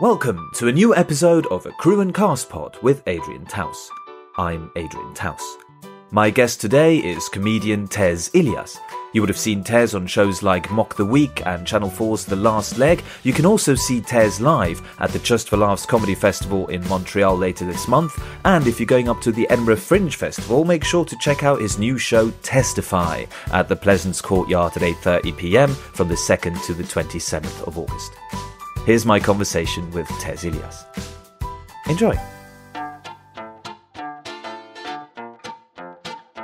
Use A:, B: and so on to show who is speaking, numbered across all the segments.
A: Welcome to a new episode of A Crew and Cast Pod with Adrian Taus. I'm Adrian Taus. My guest today is comedian Tez Ilias. You would have seen Tez on shows like Mock the Week and Channel 4's The Last Leg. You can also see Tez live at the Just for Laughs Comedy Festival in Montreal later this month. And if you're going up to the Edinburgh Fringe Festival, make sure to check out his new show Testify at the Pleasance Courtyard at 8:30 p.m. from the 2nd to the 27th of August. Here's my conversation with Tez Ilias. Enjoy.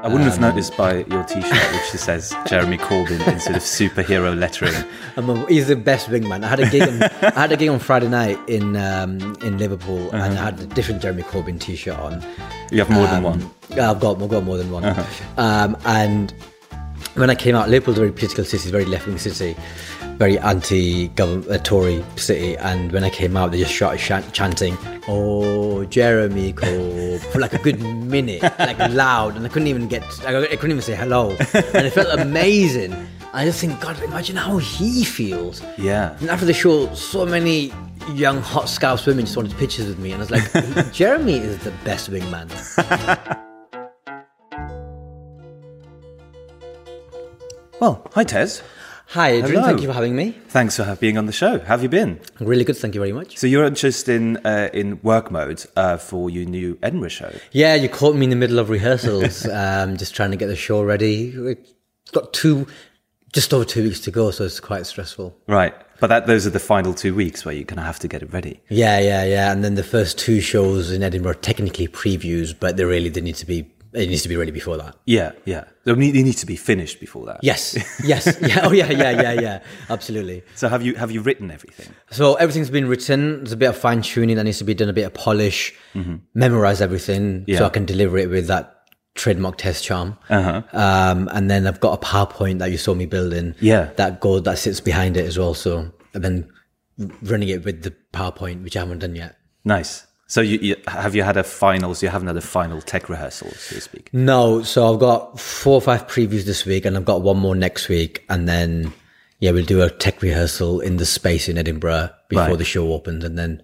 A: I wouldn't have noticed by your T-shirt, which just says Jeremy Corbyn in sort of superhero lettering.
B: I'm a, he's the best wingman. I had a gig. On, I had a gig on Friday night in um, in Liverpool, and I had a different Jeremy Corbyn T-shirt on.
A: You have more than one.
B: Um,
A: Uh-huh.
B: I've got, I've got more than one. Um, and when I came out, Liverpool's a very political city, it's a very left-wing city, very anti-government, uh, Tory city. And when I came out, they just started sh- chanting, "Oh, Jeremy Corbyn," for like a good minute, like loud, and I couldn't even get, I couldn't even say hello, and it felt amazing. I just think, God, imagine how he feels.
A: Yeah.
B: And after the show, so many young hot Scouse women just wanted pictures with me, and I was like, Jeremy is the best wingman.
A: Well, hi Tez.
B: Hi, Adrian.
A: Hello.
B: Thank you for having me.
A: Thanks for ha- being on the show. How have you been?
B: Really good. Thank you very much.
A: So you're just in uh, in work mode uh, for your new Edinburgh show.
B: Yeah, you caught me in the middle of rehearsals, um, just trying to get the show ready. It's got two, just over two weeks to go, so it's quite stressful.
A: Right. But that those are the final two weeks where you're going to have to get it ready.
B: Yeah, yeah, yeah. And then the first two shows in Edinburgh are technically previews, but they really they need to be it needs to be ready before that.
A: Yeah, yeah. They need, they need to be finished before that.
B: Yes, yes, yeah, oh yeah, yeah, yeah, yeah, absolutely.
A: So have you have you written everything?
B: So everything's been written. There's a bit of fine tuning that needs to be done, a bit of polish, memorize everything
A: Mm-hmm. Yeah. Uh-huh.
B: so I can deliver it with that trademark test charm. Um, and then I've got a PowerPoint that you saw me building.
A: Yeah.
B: That gold that sits behind it as well. So and then running it with the PowerPoint, which I haven't done yet.
A: Nice. So you, you have you had a final? So you haven't had a final tech rehearsal, so to speak.
B: No, so I've got four or five previews this week, and I've got one more next week, and then yeah, we'll do a tech rehearsal in the space in Edinburgh before
A: Right.
B: the show opens, and then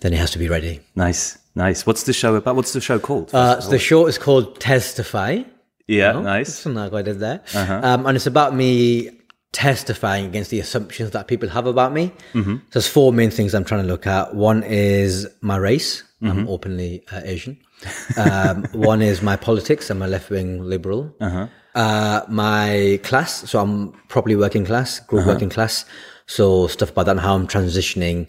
B: then it has to be ready.
A: Nice, nice. What's the show about? What's the show called?
B: Uh, so the show is called Testify.
A: yeah,
B: That's
A: nice.
B: something like I did there, um, and it's about me testifying against the assumptions that people have about me. Mm-hmm. So there's four main things I'm trying to look at. One is my race. I'm openly uh, Asian. Um, one is my politics. I'm a left wing liberal. Uh-huh. my class. So I'm properly working class, grew up working class. So stuff about that and how I'm transitioning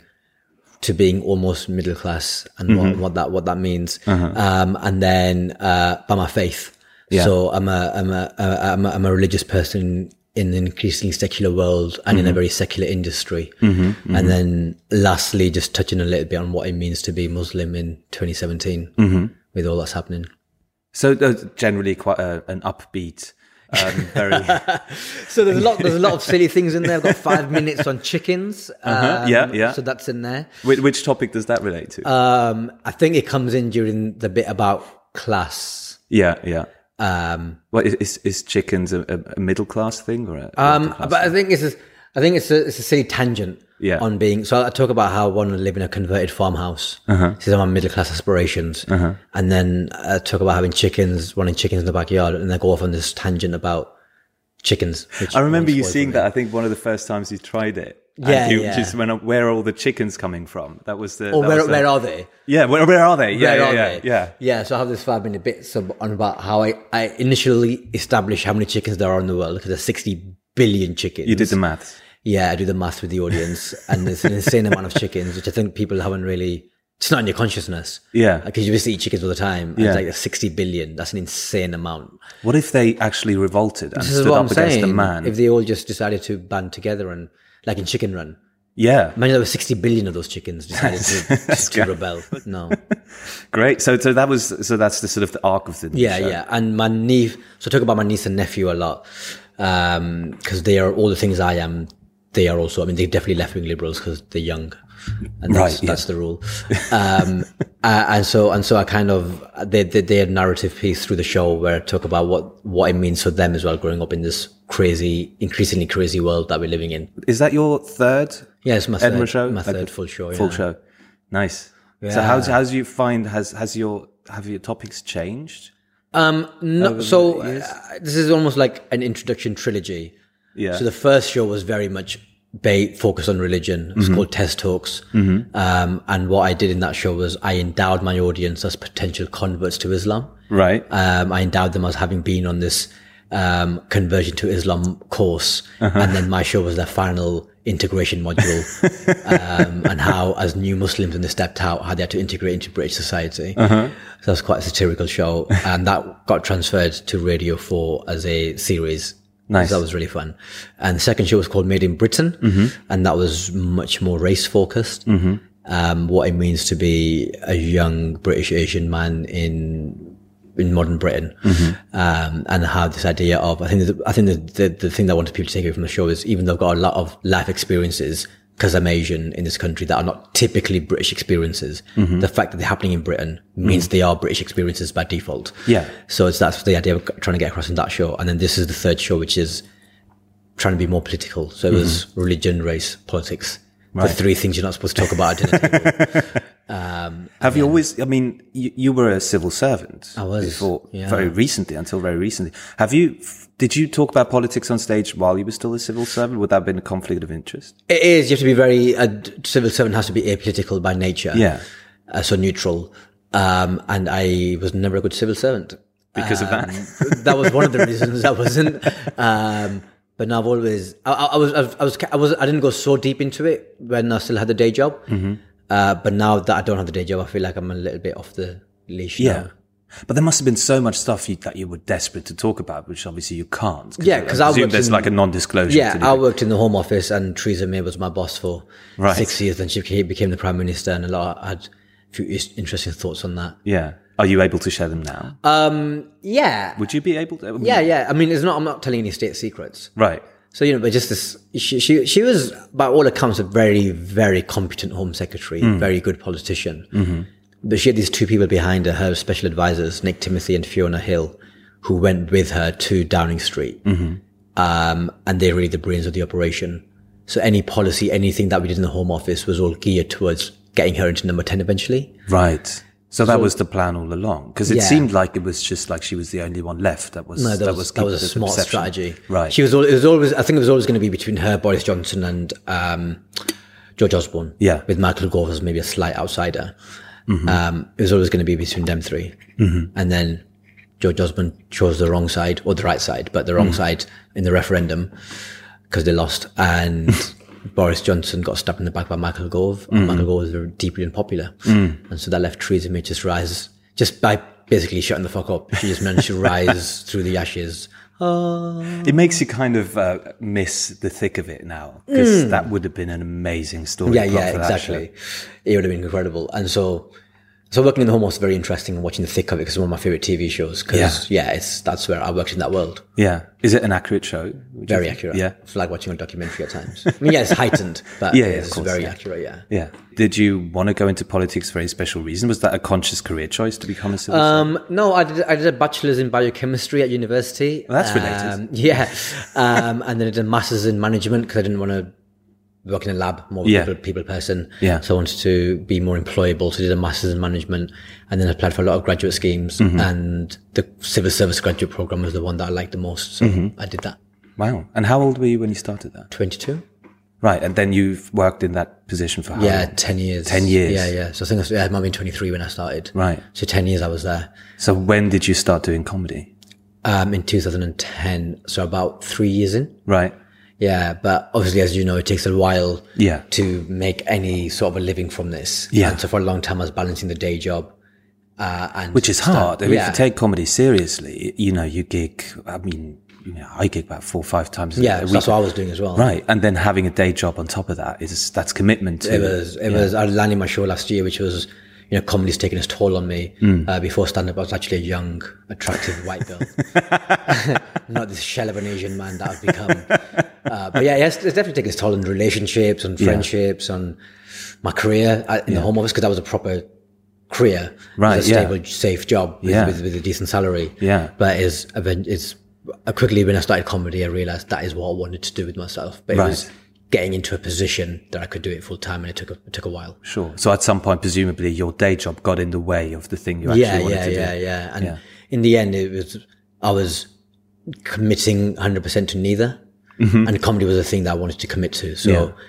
B: to being almost middle class and what,
A: Mm-hmm.
B: what that what that means. Um, and then uh, by my faith.
A: Uh-huh. Yeah.
B: So I'm a I'm a, a I'm a I'm a religious person in an increasingly secular world and
A: Mm-hmm.
B: in a very secular industry. And then lastly, just touching a little bit on what it means to be Muslim in 2017
A: Mm-hmm.
B: with all that's happening.
A: So uh, generally quite a, an upbeat, um, very
B: So there's a lot there's a lot of silly things in there. I've got five minutes on chickens. Um,
A: Uh-huh. Yeah, yeah.
B: So that's in there.
A: Which, which topic does that relate to?
B: Um, I think it comes in during the bit about class.
A: yeah, yeah.
B: Um,
A: What is is, is chickens a, a- a middle class thing or a
B: Um, but I think it's a, I think it's a, it's a silly tangent
A: Yeah.
B: on being. So I talk about how I want to live in a converted farmhouse.
A: Uh-huh.
B: This is my middle class aspirations, and then I talk about having chickens, wanting chickens in the backyard, and then go off on this tangent about chickens. Which
A: I remember
B: always
A: you
B: spoils
A: seeing
B: me.
A: that. I think one of the first times you tried it. And
B: Yeah,
A: you
B: yeah.
A: Just went, where are all the chickens coming from? That was the. that
B: Or Oh, where,
A: was the-
B: where are they?
A: Yeah, where, where are they? Yeah,
B: Where
A: yeah,
B: are
A: yeah,
B: they?
A: yeah.
B: yeah. So I have this five minute bit sub- on about how I, I initially established how many chickens there are in the world because there's 60 billion chickens.
A: You did the maths.
B: Yeah, I do the math with the audience, and there's an insane amount of chickens, which I think people haven't really. It's not in your consciousness.
A: Yeah.
B: Because you just eat chickens all the time. Yeah.
A: Yeah.
B: It's like 60 billion. That's an insane amount.
A: What if they actually revolted and
B: This is
A: stood
B: what
A: up
B: I'm
A: against
B: saying.
A: the man?
B: If they all just decided to band together and, like in Chicken Run,
A: yeah,
B: imagine there were 60 billion of those chickens decided to, to, to rebel. No.
A: great. So, so that was so that's the sort of the arc of the
B: Yeah,
A: show.
B: yeah. And my niece, so I talk about my niece and nephew a lot because they are all the things I am. They are also, I mean, they're definitely left wing liberals because they're young, and that's,
A: Right, yeah.
B: that's the rule. Um, uh, and so, and so, I kind of they they they had a narrative piece through the show where I talk about what what it means for them as well, growing up in this crazy, increasingly crazy world that we're living in.
A: Is that your third
B: Yeah, it's my
A: Edinburgh
B: third,
A: show,
B: my third
A: Edinburgh-
B: full show.
A: Full
B: yeah.
A: show. Nice. So
B: Yeah.
A: how's how's you find has has your have your topics changed?
B: Um, no,
A: Over
B: so
A: the years?
B: uh, this is almost like an introduction trilogy.
A: Yeah.
B: So the first show was very much ba- focused on religion. It's called Test Talks. Um, and what I did in that show was I endowed my audience as potential converts to Islam.
A: right.
B: Um, I endowed them as having been on this um, conversion to Islam course, and then my show was their final integration module, um, and how as new Muslims when they stepped out, how they had to integrate into British society. So that's quite a satirical show, and that got transferred to Radio Four as a series.
A: Nice.
B: So that was really fun. And the second show was called Made in Britain, and that was much more race focused. Um, what it means to be a young British Asian man in in modern Britain, um, and how this idea of I think the, I think the, the the thing that I wanted people to take away from the show is even though I've got a lot of life experiences because I'm Asian in this country that are not typically British experiences, the fact that they're happening in Britain means they are British experiences by default.
A: Yeah.
B: So it's that's the idea of trying to get across in that show, and then this is the third show, which is trying to be more political. So it was religion, race, politics. The three things you're not supposed to talk about at dinner table.
A: Have you always? I mean, you, you were a civil servant. I
B: was,
A: before
B: yeah.
A: very recently, until very recently. Have you? f- Did you talk about politics on stage while you were still a civil servant? Would that have been a conflict of interest?
B: It is. You have to be very. A d- civil servant has to be apolitical by nature.
A: Yeah.
B: Uh, so neutral. Um, and I was never a good civil servant.
A: Because
B: Um,
A: of that?
B: that was one of the reasons I wasn't. Um, but now I've always. I, I, I was. I've- I was. I was. I didn't go so deep into it when I still had the day job.
A: Mm-hmm.
B: Uh, but now that I don't have the day job, I feel like I'm a little bit off the leash. now.
A: But there must have been so much stuff you, that you were desperate to talk about, which obviously you can't.
B: Yeah, 'cause I
A: presume
B: worked
A: there's
B: in-
A: like a non-disclosure.
B: Yeah,
A: to do.
B: I worked in the Home Office, and Theresa May was my boss for
A: Right.
B: six years. Then she became- became the Prime Minister, and a lot. I had a few is- interesting thoughts on that.
A: yeah. Are you able to share them now?
B: Yeah,
A: Would you be able to? I mean,
B: Uh, yeah, yeah. I mean, it's not. I'm not telling any state secrets.
A: Right.
B: So you know, but just this, she she she was by all accounts a very very competent Home Secretary,
A: Hmm.
B: very good politician.
A: Mm-hmm.
B: But she had these two people behind her, her special advisors, Nick Timothy and Fiona Hill, who went with her to Downing Street,
A: Mm-hmm.
B: um, and they're really the brains of the operation. So any policy, anything that we did in the Home Office was all geared towards getting her into number ten eventually.
A: Right. So that was the plan all along, because it
B: Yeah.
A: seemed like it was just like she was the only one left. That was
B: No, that, was, that was a
A: the
B: smart
A: perception.
B: strategy.
A: Right.
B: She was. al- It was always. I think it was always going to be between her, Boris Johnson, and um, George Osborne.
A: Yeah.
B: With Michael Gove as maybe a slight outsider. Um, it was always going to be between them 3 and then George Osborne chose the wrong side or the right side, but the wrong side in the referendum because they lost, and Boris Johnson got stabbed in the back by Michael Gove. And Michael Gove was very deeply unpopular, and so that left Theresa May just rise just by basically shutting the fuck up. She just managed to rise through the ashes.
A: It makes you kind of uh, miss the thick of it now because that would have been an amazing story.
B: Mm. Yeah,
A: plot
B: yeah,
A: for that
B: exactly. It would have been incredible. And so, so working in the home was very interesting and watching the thick of it because it's one of my favorite TV shows. Because yeah. it's that's where I worked in that world.
A: show. Yeah, is it an accurate show? Would you
B: Very
A: think?
B: accurate.
A: Yeah,
B: it's like watching a documentary at times. I mean, yeah, it's heightened, but
A: Yeah, yeah,
B: it's
A: of course,
B: very
A: yeah.
B: accurate. Yeah.
A: yeah. Did you want to go into politics for a special reason? Was that a conscious career choice to become a civil? servant?
B: Um, no, I did, I did a bachelor's in biochemistry at university.
A: Well, that's related.
B: Um, yeah. Um, and then I did a master's in management because I didn't want to work in a lab, more of a
A: Yeah.
B: people, people person.
A: Yeah.
B: So I wanted to be more employable. So I did a master's in management and then applied for a lot of graduate schemes.
A: Mm-hmm.
B: And the civil service graduate program was the one that I liked the most. So
A: Mm-hmm.
B: I did that.
A: wow. And how old were you when you started that?
B: 22?
A: Oh. Right, and then you've worked in that position for how
B: Yeah,
A: long?
B: 10 years.
A: 10 years.
B: Yeah, yeah. So I think I, was, yeah, I might have been 23 when I started.
A: Right.
B: So 10 years I was there.
A: So when did you start doing comedy?
B: Um, in 2010, so about three years in.
A: Right.
B: Yeah, but obviously, as you know, it takes a while
A: Yeah.
B: to make any sort of a living from this.
A: Yeah.
B: And so for a long time, I was balancing the day job. Uh, and
A: Which is hard. I mean, If
B: yeah.
A: you take comedy seriously, you know, you gig, I mean, you know, I gig about four or five times a-
B: yeah,
A: a
B: so
A: week.
B: that's what I was doing as well.
A: Right, and then having a day job on top of that is that's commitment to
B: It was, it was, I landed my show last year, which was, you know, comedy's taken its toll on me.
A: Mm.
B: Uh, before stand up, I was actually a young, attractive white girl. Not this shell of an Asian man that I've become. Uh, but yeah, it's, it's definitely taken its toll on relationships, on friendships, on my career uh, in the home office, because that was a proper career.
A: Right,
B: It was a
A: yeah.
B: stable, safe job with,
A: Yeah.
B: with, with a decent salary.
A: Yeah.
B: But it's, it's uh, quickly when I started comedy, I realized that is what I wanted to do with myself. But it
A: Right.
B: was getting into a position that I could do it full time, and it took a, it took a while.
A: Sure. So at some point, presumably, your day job got in the way of the thing you actually
B: yeah,
A: wanted
B: yeah,
A: to
B: yeah,
A: do.
B: yeah. And
A: Yeah.
B: in the end, it was I was committing 100 percent to neither, and comedy was a thing that I wanted to commit to. So
A: Mm-hmm. Yeah.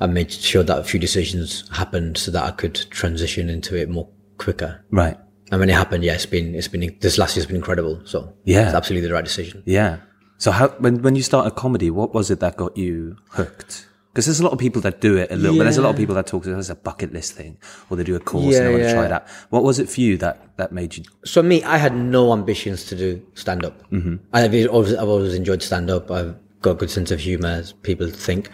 B: I made sure that a few decisions happened so that I could transition into it more quicker.
A: Right.
B: And when it happened, yeah, it's been it's been this last year's been incredible. So
A: Yeah.
B: it's absolutely the right decision.
A: Yeah. So how when when you start a comedy, what was it that got you hooked? Because there's a lot of people that do it a little, but there's a lot of people that talk to it as a bucket list thing, or they do a course and
B: Yeah,
A: they want to
B: yeah.
A: try that. What was it for you that that made you?
B: So me, I had no ambitions to do stand up. Mm-hmm. I've always, I've always enjoyed stand up. I've got a good sense of humor, as people think,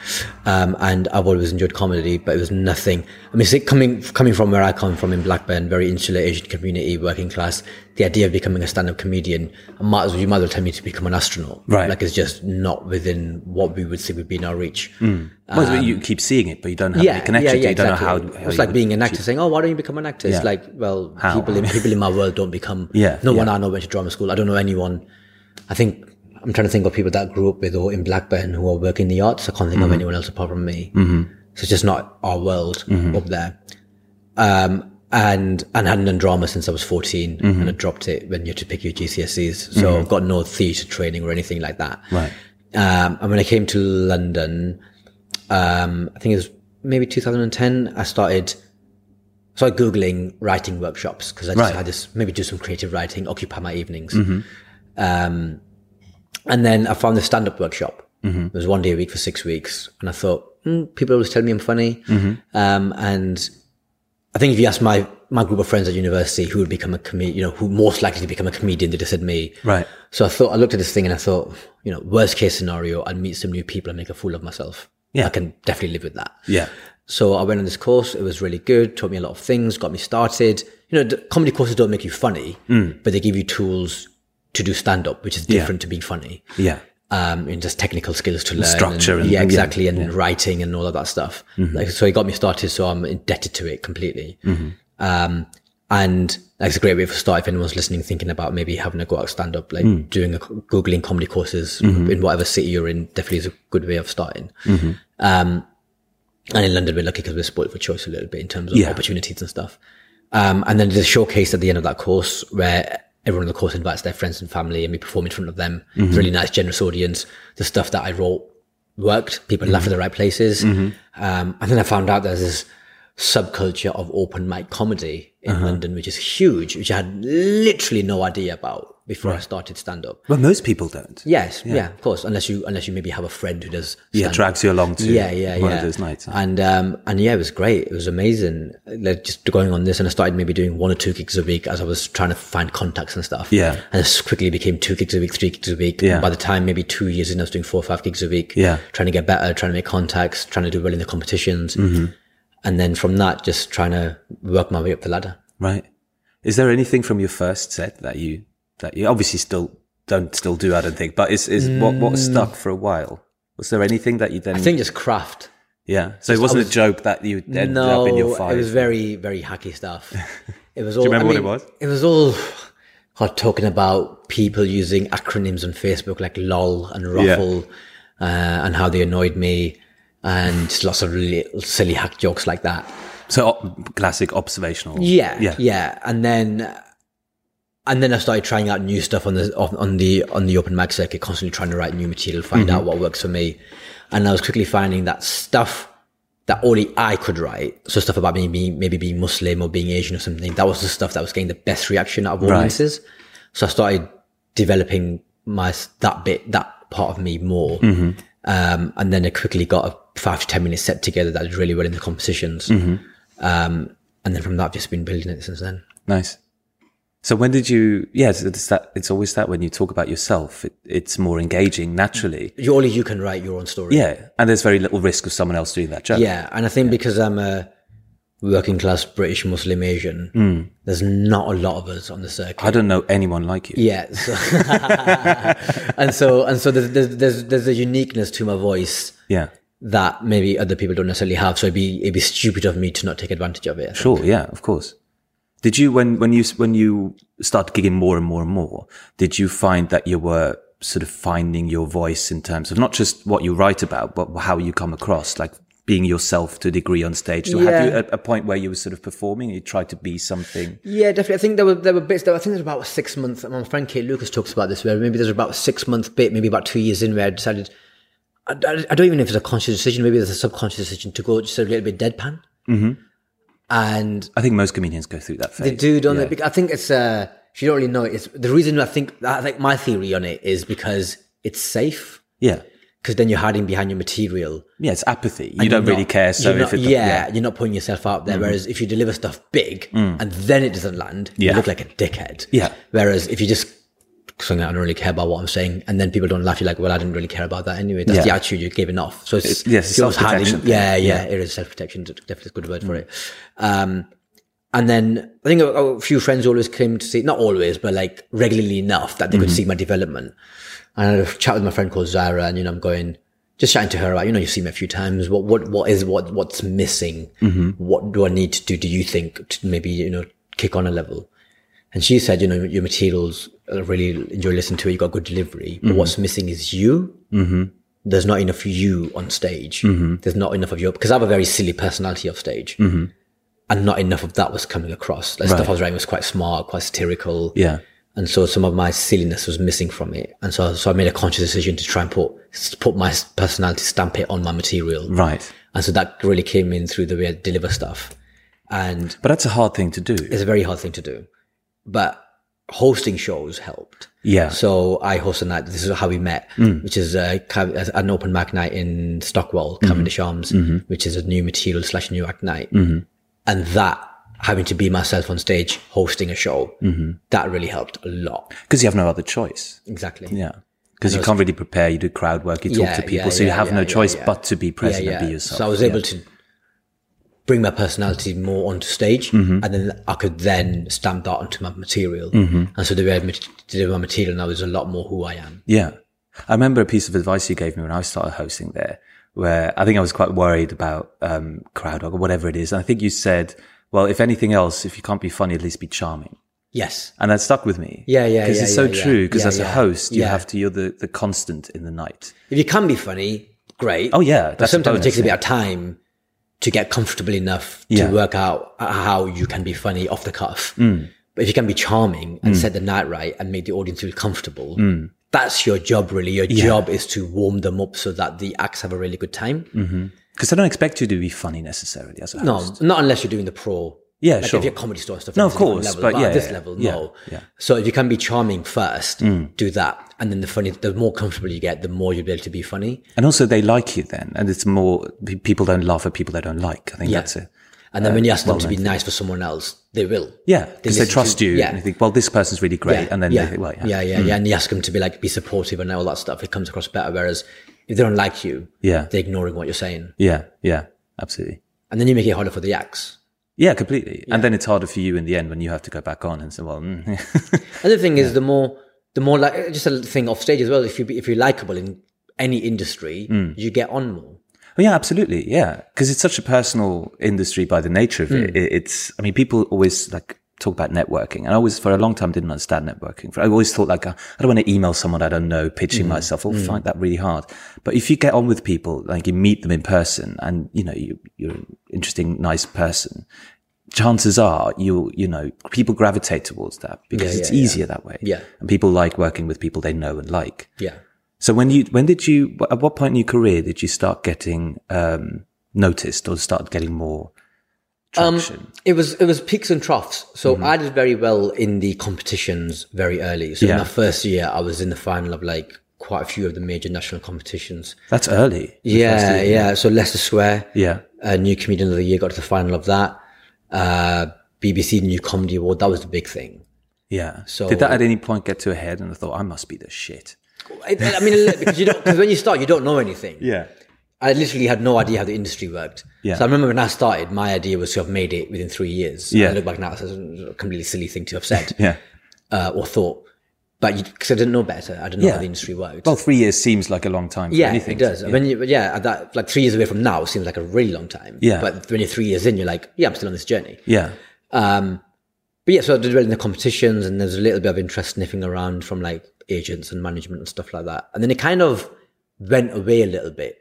B: um, and I've always enjoyed comedy. But it was nothing. I mean, see, coming coming from where I come from in Blackburn, very insular Asian community, working class, the idea of becoming a stand up comedian, I might as well, you might as well tell me to become an astronaut.
A: Right.
B: Like it's just not within what we would say would be in our reach.
A: well,
B: Um,
A: you keep seeing it, but you don't have any connection. Mm. to it. You don't know how. how
B: it's
A: you
B: like
A: would
B: being an
A: achieve-
B: actor saying, "Oh, why don't you become an actor?" It's
A: Yeah.
B: like, well,
A: How?
B: people in people in my world don't become.
A: Yeah,
B: no one
A: yeah.
B: I know went to drama school. I don't know anyone. I think I'm trying to think of people that grew up with or in Blackburn who are working in the arts. I can't
A: Mm-hmm.
B: think of anyone else apart from me. So it's just not our world
A: Mm-hmm.
B: up there. Um, and and hadn't done drama since I was 14,
A: Mm-hmm.
B: and I dropped it when you had to pick your GCSEs. So I've got no theatre training or anything like that.
A: Right.
B: Um, and when I came to London, um, I think it was maybe 2010, I started started googling writing workshops because I just
A: Right. Mm-hmm.
B: had this maybe do some creative writing, occupy my evenings. Um, and then I found the stand up workshop.
A: Mm-hmm.
B: It was one day a week for six weeks, and I thought "Hmm, people always tell me I'm funny,
A: Mm-hmm.
B: um, and I think if you asked my my group of friends at university who would become a comedian, you know, who most likely to become a comedian, they'd have said me.
A: Right.
B: So I thought I looked at this thing and I thought, you know, worst case scenario, I'd meet some new people and make a fool of myself.
A: Yeah.
B: I can definitely live with that.
A: Yeah.
B: So I went on this course. It was really good. Taught me a lot of things. Got me started. You know, d- comedy courses don't make you funny,
A: Mm.
B: but they give you tools to do stand up, which is different to being funny.
A: Yeah.
B: Um, and just technical skills to learn,
A: structure and- Mm-hmm.
B: yeah,
A: and-
B: exactly, and writing and all of that stuff. Like, so it got me started. So I'm indebted to it completely.
A: Mm-hmm.
B: Um, and that's a great way for a start if anyone's listening, thinking about maybe having a go out stand up, like
A: Mm.
B: doing a googling comedy courses
A: Mm-hmm.
B: in whatever city you're in. Definitely is a good way of starting. And in London, we're lucky because we're spoiled for choice a little bit in terms of
A: Yeah.
B: opportunities and stuff. Um, and then there's a showcase at the end of that course where everyone in the course invites their friends and family and we perform in front of them. It's
A: Mm-hmm.
B: a really nice, generous audience. The stuff that I wrote worked. People laughed
A: Mm-hmm.
B: at the right places. Um, and then I found out there's this subculture of open mic comedy in
A: Uh-huh.
B: London, which is huge, which I had literally no idea about before I started stand up.
A: Well, most people don't.
B: Yes, yeah. of course. Unless you, unless you maybe have a friend who does.
A: Yeah.
B: stand-up.
A: Drags you along to
B: Yeah, yeah,
A: one
B: yeah.
A: of those nights.
B: And um, and yeah, it was great. It was amazing. Like just going on this, and I started maybe doing one or two gigs a week as I was trying to find contacts and stuff.
A: Yeah.
B: and it quickly became two gigs a week, three gigs a week.
A: Yeah.
B: by the time maybe two years in, I was doing four or five gigs a week.
A: Yeah.
B: trying to get better, trying to make contacts, trying to do well in the competitions, mm-hmm. and then from that, just trying to work my way up the ladder.
A: Right. Is there anything from your first set that you that you obviously still don't still do? I don't think, but is is what what
B: Mm.
A: stuck for a while? Was there anything that you then?
B: I think just craft.
A: yeah. So it wasn't a joke that you ended
B: no,
A: up in your five.
B: it was very, very hacky stuff. It was all.
A: remember
B: I
A: what
B: mean,
A: it was?
B: It was all God, talking about people using acronyms on Facebook like LOL and Ruffle, uh, and how they annoyed me, and just lots of little silly hack jokes like that.
A: so op- classic observational.
B: Yeah,
A: Yeah.
B: yeah, And then, and then I started trying out new stuff on the on, on the on the open mic circuit, constantly trying to write new material, find out what works for me. And I was quickly finding that stuff that only I could write, so stuff about me being maybe being Muslim or being Asian or something, that was the stuff that was getting the best reaction out of audiences. So I started developing my that bit that part of me more. Um, and then I quickly got a five to ten minute set together that did really well in the competitions. Um, and then from that, I've just been building it since then.
A: Nice. So when did you? Yes, it's that. It's always that when you talk about yourself, it, it's more engaging naturally.
B: You, only you can write your own story.
A: Yeah, and there's very little risk of someone else doing that joke.
B: Yeah, and I think because I'm a working class British Muslim Asian, mm. there's not a lot of us on the circuit.
A: Hmm. I don't know anyone like you.
B: Yeah, so and so and so there's, there's there's there's a uniqueness to my voice
A: Yeah.
B: that maybe other people don't necessarily have. So it'd be it'd be stupid of me to not take advantage of it. I think.
A: Sure, yeah, of course. Did you when when you when you start gigging more and more and more, did you find that you were sort of finding your voice in terms of not just what you write about, but how you come across, like being yourself to a degree on stage. So
B: Yeah.
A: have you at a point where you were sort of performing, you tried to be something?
B: Yeah, definitely. I think there were there were bits. There, I think there's about a six month. My friend Kate Lucas talks about this. Where maybe there's about a six month bit, maybe about two years in, where I decided. I, I- I don't even know if it's a conscious decision. Maybe there's a subconscious decision to go just a little bit deadpan. Mm-hmm. And
A: I think most comedians go through that phase.
B: they do, don't they? Bec- I think it's uh, if you don't really know it, it's the reason I think I think my theory on it is because it's safe
A: Yeah.
B: because then you're hiding behind your material.
A: Yeah, it's apathy. You don't really
B: not-
A: care. So
B: you're
A: if
B: not,
A: it, Mm.
B: yeah, you're not putting yourself out there. Whereas if you deliver stuff big and then it doesn't land,
A: Yeah.
B: you look like a dickhead.
A: Yeah.
B: Whereas if you just something I don't really care about what I'm saying, and then people don't laugh, you're like, well, I didn't really care about that anyway. That's
A: Yeah.
B: the attitude you're giving off. So it's
A: It- yes, it's
B: you're almost
A: self-protection thing.
B: Yeah, yeah, it is self protection. Definitely a good word for it. Um, and then I think a, a few friends always came to see, not always, but like regularly enough that they
A: Mm-hmm.
B: could see my development. And I had a chat with my friend called Zara, and you know, I'm going just chatting to her about, you know, you've seen me a few times. What, what, what is what, what's missing?
A: Mm-hmm.
B: What do I need to do? Do you think to maybe you know kick on a level? And she said, you know, your materials I really enjoy listening to it. You got good delivery,
A: Mm-hmm.
B: but what's missing is you there's not enough you on stage. There's not enough of your because I have a very silly personality off stage, and not enough of that was coming across. Like stuff I was writing was quite smart, quite satirical,
A: Yeah.
B: and so some of my silliness was missing from it. And so, so I made a conscious decision to try and put put my personality stamp it on my material,
A: Right.
B: and so that really came in through the way I deliver stuff, and
A: But that's a hard thing to do.
B: it's a very hard thing to do, but hosting shows helped.
A: Yeah.
B: So I host a night. This is how we met,
A: Mm.
B: which is uh, Cav- uh, an open mic night in Stockwell,
A: Mm-hmm.
B: Cavendish Arms, which is a new material slash new act night.
A: Mm-hmm.
B: And that having to be myself on stage hosting a show,
A: Mm-hmm.
B: that really helped a lot.
A: Because you have no other choice.
B: Exactly.
A: Yeah. Because you can't really prepare. You do crowd work. You talk
B: Yeah,
A: to people.
B: yeah,
A: so you
B: yeah,
A: have
B: yeah,
A: no
B: yeah,
A: choice
B: yeah.
A: but to be present and be yourself.
B: So I was able to bring my personality more onto stage,
A: Mm-hmm.
B: and then I could then stamp that onto my material.
A: Mm-hmm.
B: And so the way I mat- did my material now is a lot more who I am.
A: Yeah. I remember a piece of advice you gave me when I started hosting there, where I think I was quite worried about um, crowd work or whatever it is. And I think you said, well, if anything else, if you can't be funny, at least be charming.
B: Yes.
A: And that stuck with me.
B: Yeah, yeah,
A: Because
B: yeah,
A: it's so
B: yeah, yeah.
A: true. Because
B: Yeah,
A: as a
B: yeah.
A: host, you
B: Yeah.
A: have to, you're the, the constant in the night.
B: If you can be funny, great.
A: Oh, yeah.
B: But
A: That's
B: sometimes it
A: bonus,
B: takes a bit
A: yeah.
B: of time to get comfortable enough
A: Yeah. Mm.
B: to work out how you can be funny off the cuff. But if you can be charming and set the night right and make the audience feel comfortable,
A: Mm.
B: that's your job really. Your job is to warm them up so that the acts have a really good time.
A: Mm. Because I don't expect you to be funny necessarily as a
B: No,
A: host.
B: not unless you're doing the pro.
A: Yeah,
B: like
A: sure.
B: If you're a comedy store and stuff.
A: No,
B: it's
A: of
B: a different
A: course,
B: Level,
A: but
B: at
A: yeah,
B: this
A: yeah,
B: level,
A: yeah,
B: no.
A: yeah. Mm.
B: So if you can be charming first, do that, and then the funny, the more comfortable you get, the more you'll be able to be funny.
A: And also, they like you then. And it's more, pe- people don't laugh at people they don't like. I think
B: Yeah.
A: that's it.
B: And then when you ask them to be nice for someone else, they will.
A: Yeah. Because they,
B: listen to-
A: trust you.
B: yeah.
A: And they think, well, this person's really great. And then
B: yeah,
A: they think, well, yeah. Mm.
B: yeah, yeah, yeah. And you ask them to be like, be supportive and all that stuff. It comes across better. Whereas if they don't like you,
A: Yeah.
B: they're ignoring what you're saying,
A: Yeah. Yeah. Absolutely.
B: and then you make it harder for the acts.
A: Yeah, completely. And then it's harder for you in the end when you have to go back on and say, well, mm.
B: Another thing is the more, the more like just a little thing off stage as well. If you be- if you're likable in any industry,
A: Mm.
B: you get on more.
A: Well, yeah, absolutely. Yeah. Because it's such a personal industry by the nature of
B: Hmm.
A: it. it. It's, I mean, people always like talk about networking. And I always, for a long time, didn't understand networking. For- I always thought like, uh, I don't want to email someone I don't know, pitching
B: Hmm.
A: myself. I'll find that really hard. But if you get on with people, like you meet them in person and, you know, you, you're an interesting, nice person. Chances are you, you know, people gravitate towards that because
B: Yeah,
A: it's
B: yeah, yeah.
A: easier that way.
B: Yeah.
A: And people like working with people they know and like.
B: Yeah.
A: So when you when did you at what point in your career did you start getting um, noticed or start getting more traction?
B: It was it was peaks and troughs. So
A: Mm-hmm.
B: I did very well in the competitions very early. So in
A: Yeah.
B: my first year, I was in the final of like quite a few of the major national competitions.
A: That's early. the first
B: Yeah,
A: year.
B: yeah. So Leicester Square,
A: yeah,
B: uh, new comedian of the year, got to the final of that. Uh, BBC New Comedy Award, that was the big thing.
A: yeah.
B: So-
A: did that at any point get to a head and I thought I must be the shit?
B: I, I mean, because you don't, cause when you start, you don't know anything.
A: Yeah,
B: I literally had no idea how the industry worked.
A: Yeah.
B: So I remember when I started, my idea was to have made it within three years.
A: Yeah.
B: I look back now, it's a completely silly thing to have said.
A: yeah.
B: uh, or thought, but because I didn't know better, I didn't know
A: Yeah.
B: how the industry worked.
A: Well, three years seems like a long time. For
B: yeah,
A: anything.
B: it does. When you, yeah, at that like three years away from now seems like a really long time.
A: Yeah.
B: but when you're three years in, you're like, yeah, I'm still on this journey.
A: Yeah,
B: Um, but yeah, so I did well in the competitions, and there's a little bit of interest sniffing around from like agents and management and stuff like that. And then it kind of went away a little bit,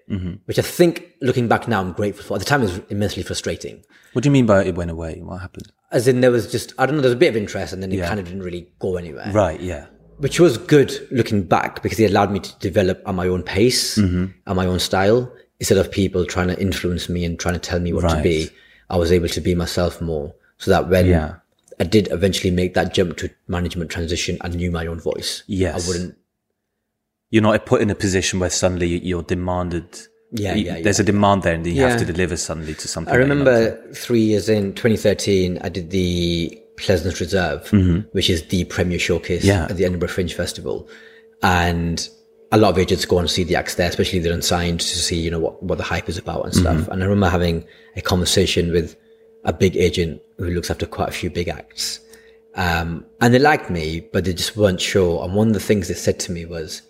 B: which I think looking back now, I'm grateful for. At the time, it was immensely frustrating.
A: What do you mean by it went away? What happened?
B: As in, there was just, I don't know, there was a bit of interest and then it kind of didn't really go anywhere
A: Right, yeah.
B: which was good looking back because it allowed me to develop at my own pace,
A: Mm-hmm.
B: at my own style, instead of people trying to influence me and trying to tell me what to
A: Right.
B: be. I was able to be myself more so that when
A: Yeah.
B: I did eventually make that jump to management transition, I knew my own voice.
A: Yes.
B: I wouldn't.
A: You're not put in a position where suddenly you're demanded.
B: Yeah,
A: you-
B: yeah,
A: There's a demand there and you have
B: Yeah.
A: to deliver suddenly to something.
B: I
A: that you're not
B: remember three years in 2013, I did the Pleasance Reserve, which is the premier showcase
A: Yeah.
B: at the Edinburgh Fringe Festival. And a lot of agents go and see the acts there, especially if they're unsigned to see, you know, what, what the hype is about and stuff. And I remember having a conversation with a big agent who looks after quite a few big acts. Um, and they liked me, but they just weren't sure. And one of the things they said to me was,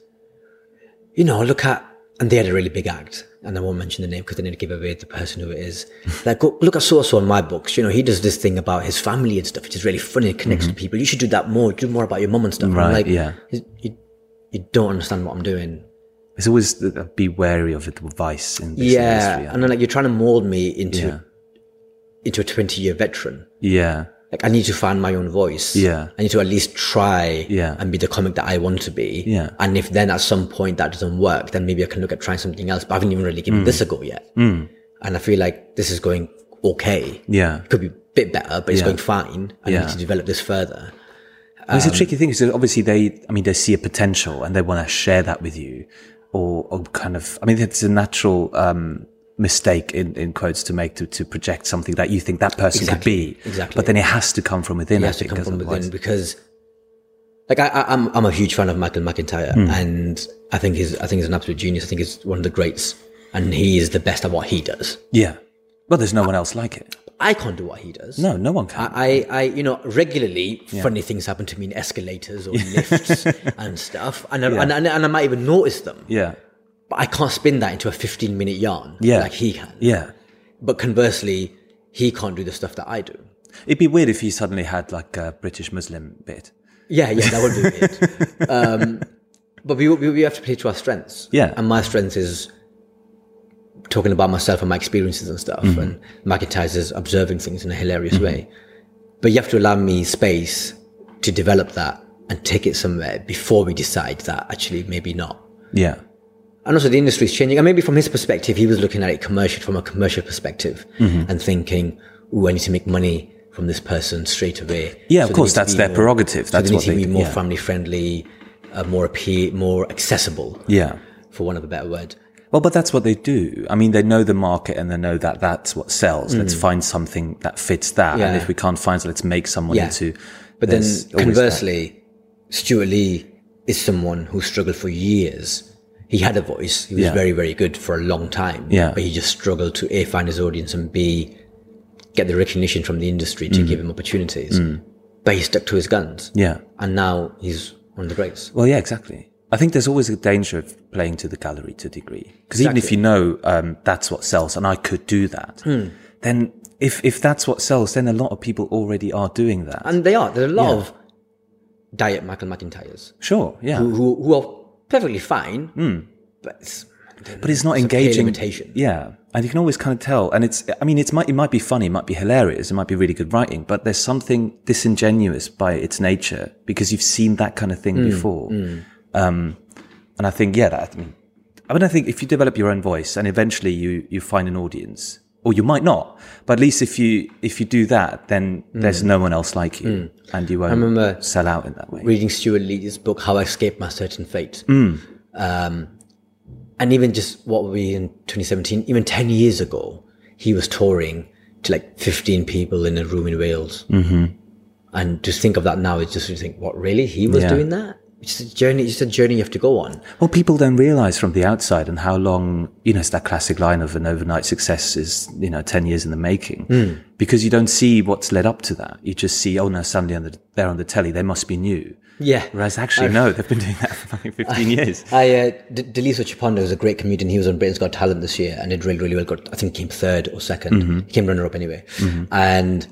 B: you know, look at, and they had a really big act, and I won't mention the name because they need to give away the person who it is. Like, go, look at so so on my books. You know, he does this thing about his family and stuff, which is really funny. It connects to people. You should do that more. Do more about your mum and stuff. And I'm
A: Mm-hmm. Right,
B: like,
A: yeah.
B: You, you, you don't understand what I'm doing.
A: It's always the- be wary of advice in this
B: yeah,
A: industry. I
B: and then like you're trying to mold me into
A: Yeah.
B: into a 20 year veteran.
A: Yeah.
B: Like, I need to find my own voice.
A: Yeah.
B: I need to at least try
A: Yeah.
B: and be the comic that I want to be.
A: Yeah.
B: And if then at some point that doesn't work, then maybe I can look at trying something else. But I haven't even really
A: Mm.
B: given this a go yet. And I feel like this is going okay.
A: Yeah.
B: It could be a bit better, but it's
A: Yeah.
B: going fine. I
A: Yeah.
B: need to develop this further.
A: Well,
B: Um,
A: it's a tricky thing because obviously they, I mean, they see a potential and they want to share that with you, or, or kind of, I mean, it's a natural um, mistake in, in quotes to make to, to project something that you think that person
B: Exactly.
A: could be.
B: Exactly.
A: But then it has to come from within.
B: It
A: I
B: has to
A: think,
B: come
A: 'cause
B: from within
A: otherwise-
B: because, like, I, I, I'm I'm a huge fan of Michael McIntyre,
A: Mm.
B: and I think he's I think he's an absolute genius. I think he's one of the greats, and he is the best at what he does.
A: Yeah. Well, there's no one else like it.
B: I can't do what he does.
A: No, no one can.
B: I, I, you know, regularly funny things happen to me in escalators or lifts and stuff, and I, and, and, and I might even notice them.
A: yeah.
B: But I can't spin that into a fifteen-minute yarn
A: Yeah.
B: like he can.
A: Yeah.
B: But conversely, he can't do the stuff that I do.
A: It'd be weird if you suddenly had like a British Muslim bit.
B: Yeah, yeah, that would be it. um, but we, we we have to play to our strengths.
A: Yeah.
B: and my strength is talking about myself and my experiences and stuff, and McIntyre's is observing things in a hilarious way. But you have to allow me space to develop that and take it somewhere before we decide that actually maybe not.
A: Yeah.
B: And also the industry is changing. And maybe from his perspective, he was looking at it commercial from a commercial perspective
A: Mm-hmm.
B: and thinking, "Ooh, I need to make money." From this person straight away.
A: Yeah, of
B: they
A: course,
B: need to
A: that's
B: be
A: their prerogative.
B: so
A: That's
B: they need
A: what
B: to
A: they
B: be
A: do,
B: more
A: yeah.
B: family friendly, uh, more appeal, more accessible,
A: Yeah.
B: for want of a better word.
A: Well, but that's what they do. I mean, they know the market and they know that that's what sells. Let's find something that fits that. And
B: Mm. Yeah.
A: if we can't find, so let's make someone
B: Yeah.
A: into.
B: But then
A: there's always
B: conversely, Stuart Lee is someone who struggled for years. He had a voice. He was
A: Yeah.
B: very, very good for a long time.
A: Yeah.
B: But he just struggled to A, find his audience and B, get the recognition from the industry to give him opportunities. But he stuck to his guns.
A: that. Mm. Yeah.
B: And now he's one of the greats.
A: Well, yeah, exactly. I think there's always a danger of playing to the gallery to a degree. Because even if you know um, that's what sells and I could do that,
B: Hmm.
A: then if, if that's what sells, then a lot of people already are doing that.
B: And they are. There are a lot of diet Michael McIntyres
A: sure. Yeah.
B: who, who, who are perfectly fine, but it's,
A: but it's not
B: pale
A: engaging.
B: imitation.
A: Yeah, and you can always kind of tell. And it's, I mean, it's might it might be funny, it might be hilarious, it might be really good writing, but there's something disingenuous by its nature because you've seen that kind of thing before. Um, and I think, yeah, that. I mean, I mean, I think if you develop your own voice and eventually you you find an audience, or you might not, but at least if you if you do that, then there's no one else like you, and you won't
B: remember-
A: sell out in that way.
B: reading Stuart Lee's book, How I Escaped My Certain Fate. Um, and even just what we in 2017, even 10 years ago, he was touring to like 15 people in a room in Wales. Mm-hmm. And to think of that now is just to think, what, really? He was
A: Yeah.
B: doing that? It's a journey, it's a journey you have to go on.
A: Well, people don't realize from the outside and how long, you know, it's that classic line of an overnight success is, you know, 10 years in the making because you don't see what's led up to that. You just see, oh no, suddenly on the, they're on the telly. They must be new.
B: Yeah.
A: Whereas actually, no, they've been doing that for fucking 15 years.
B: I, uh, D- Delisa Chipando is a great comedian. He was on Britain's Got Talent this year and did really, really well. Got, I think came third or
A: Mm-hmm.
B: 2nd He came runner up anyway. And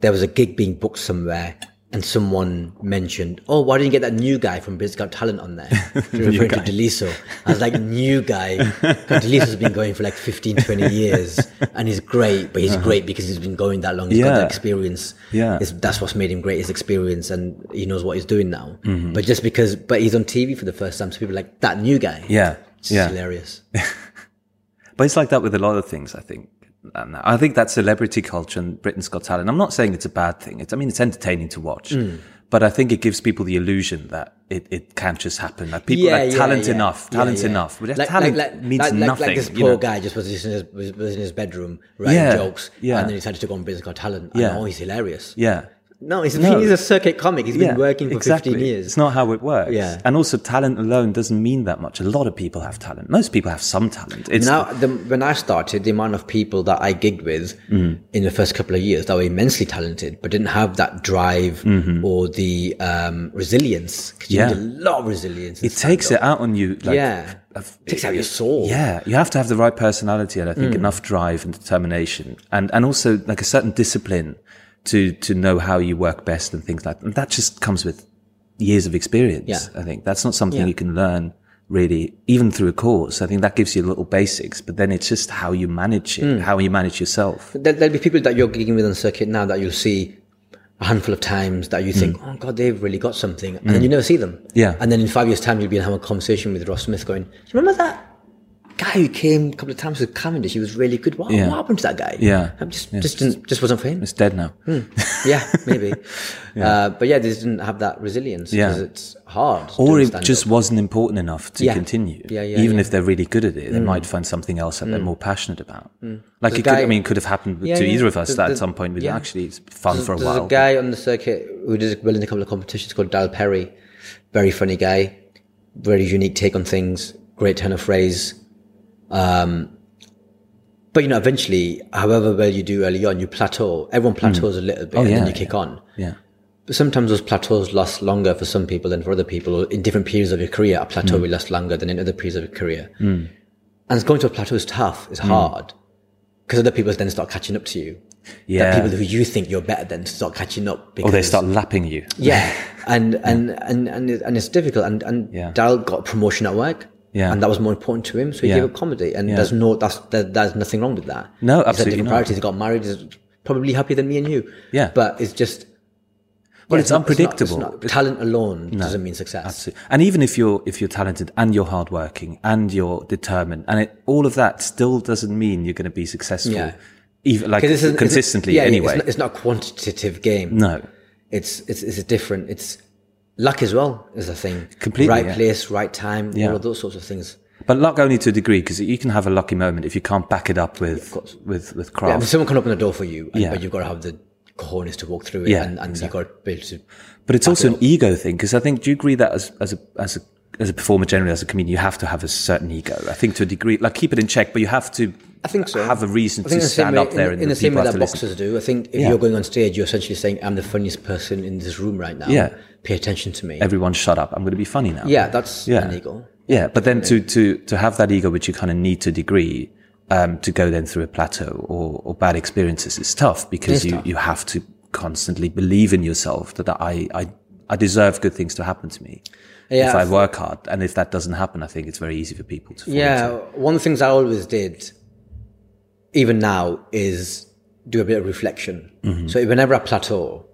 B: there was a gig being booked somewhere and someone mentioned, "Oh, why didn't you get that new guy from Britain's Got Talent on there?" They're referring to Deliso. I was like, "New guy? Deliso's been going for like 15, 20 years, and he's great. But he's great because he's been going that long. He's got
A: Uh-huh. Yeah.
B: that experience.
A: Yeah.
B: It's- that's what's made him great. His experience, and he knows what he's doing now.
A: Mm-hmm.
B: But just because, but he's on TV for the first time, so people are like that new guy.
A: Yeah.
B: it's
A: Yeah.
B: hilarious.
A: But it's like that with a lot of things, I think. And I think that celebrity culture and Britain's Got Talent, I'm not saying it's a bad thing. It's, I mean, it's entertaining to watch,
B: Hmm.
A: but I think it gives people the illusion that it, it can just happen. Like people,
B: yeah,
A: like
B: yeah,
A: talent
B: yeah.
A: enough,
B: Yeah,
A: talent
B: yeah.
A: enough. But talent means
B: like, like-
A: nothing.
B: Like this
A: you
B: poor
A: know?
B: guy just was in his, was, was in his bedroom writing
A: Yeah,
B: jokes,
A: yeah.
B: and then decided to go on Britain's Got Talent.
A: Yeah.
B: And, oh, he's hilarious.
A: Yeah.
B: No, he's,
A: No.
B: he's a circuit comic. He's
A: yeah,
B: been working for
A: exactly.
B: 15 years.
A: It's not how it works.
B: Yeah.
A: And also, talent alone doesn't mean that much. A lot of people have talent. Most people have some talent. It's
B: now, the, when I started, the amount of people that I gigged with
A: Mm-hmm.
B: in the first couple of years that were immensely talented, but didn't have that drive or the um, resilience. 'Cause you
A: Mm-hmm. Yeah.
B: need a lot of resilience. in
A: it takes it out on you. Like,
B: yeah.
A: of-
B: takes out your soul.
A: Yeah, you have to have the right personality and I
B: Mm.
A: think enough drive and determination and, and also like a certain discipline to to know how you work best and things like that. And that just comes with years of experience.
B: Yeah.
A: I think that's not something
B: Yeah.
A: you can learn really even through a course. I think that gives you little basics, but then it's just how you manage
B: Mm.
A: it, how you manage yourself.
B: There, there'll be people that you're gigging with on circuit now that you'll see a handful of times that you think, oh God, they've really got something, and then you never see them.
A: Mm. Yeah.
B: And then in five years' time, you'll be having a conversation with Ross Smith, going, "Do you remember that?" Guy who came a couple of times with Cavendish, he was really good. What,
A: Yeah.
B: what happened to that guy?
A: Yeah.
B: Um, just
A: Yeah.
B: just didn't, just wasn't for him.
A: It's dead now.
B: yeah, maybe. Uh, but yeah, they just didn't have that resilience
A: Yeah.
B: because it's hard.
A: Or
B: doing
A: it
B: stand-up.
A: just wasn't important enough to
B: Yeah.
A: continue.
B: Yeah, yeah,
A: Even
B: yeah. Mm.
A: if they're really good at it, they might find something else that they're more passionate about. Like
B: There's
A: it
B: a
A: could, I
B: Mm. guy-
A: mean, could have happened
B: Yeah,
A: to
B: yeah.
A: either of us
B: There's-
A: that at
B: there's-
A: some point. We'd
B: yeah.
A: actually, it's fun for a
B: There's
A: while.
B: a guy on the circuit who did well in a couple of competitions called Dal Perry. Very funny guy, very unique take on things, great turn of phrase. Um, but you know, eventually, however well you do early on, you plateau. Everyone plateaus a little bit, and
A: Hmm. Oh, yeah,
B: then you
A: yeah.
B: kick on.
A: yeah,
B: But sometimes those plateaus last longer for some people than for other people. Or In different periods of your career, a
A: Mm.
B: plateau will last longer than in other periods of your career. And going to a plateau is tough.
A: Mm.
B: It's hard because other people then start catching up to you that
A: yeah.
B: people who you think you're better than start catching up because
A: Or they start lapping you.
B: yeah and and and and, it, and it's difficult and and
A: Yeah.
B: Daryl got a promotion at work
A: Yeah.
B: and that was more important to him so he
A: Yeah.
B: gave up comedy and there's no that's there, there's nothing wrong with that
A: No,
B: He's had
A: absolutely
B: different
A: not.
B: priorities he got married he's probably happier than me and you
A: Yeah.
B: but it's just
A: Well,
B: yeah,
A: it's
B: not- not-
A: unpredictable.
B: not- talent alone doesn't mean success
A: Absolutely. And even if you're if you're talented and you're hardworking and you're determined and it, all of that still doesn't mean you're going to be successful,
B: Yeah.
A: even like
B: 'Cause this isn't-
A: consistently.
B: yeah, yeah,
A: anyway,
B: it's not, it's not a quantitative game
A: no,
B: it's it's it's a different it's luck as well is a thing
A: Completely,
B: right
A: yeah.
B: place right time all of those sorts of things
A: but luck only to a degree because you can have a lucky moment if you can't back it up with with with
B: yeah,
A: craft.
B: if someone can open the door for you and-
A: Yeah.
B: but you've got to have the cojones to walk through it
A: Yeah,
B: and, and you've got to be able to
A: But it's also an ego thing because I think do you agree that as as a as a as a performer generally as a comedian you have to have a certain ego. I think to a degree, like keep it in check, but you have to.
B: I think so.
A: Have a reason
B: I
A: to
B: think in the same
A: stand
B: way-
A: up there
B: in,
A: and
B: in the
A: the
B: same
A: people
B: way
A: have
B: that
A: to listen.
B: boxers do. I think if
A: Yeah.
B: you're going on stage, you're essentially saying, "I'm the funniest person in this room right now.
A: Yeah.
B: Pay attention to me."
A: Everyone, shut up! I'm going to be funny now.
B: yeah, that's
A: Yeah.
B: an ego.
A: Yeah, but then to to to have that ego, which you kind of need to a degree, um, to go then through a plateau or, or bad experiences is tough because you you have to constantly believe in yourself that I I I deserve good things to happen to me
B: Yeah,
A: if I
B: I've-
A: work hard, and if that doesn't happen, I think it's very easy for people to fall
B: Yeah,
A: into.
B: one of the things I always did, even now, is do a bit of reflection.
A: Mm-hmm.
B: So whenever I plateau,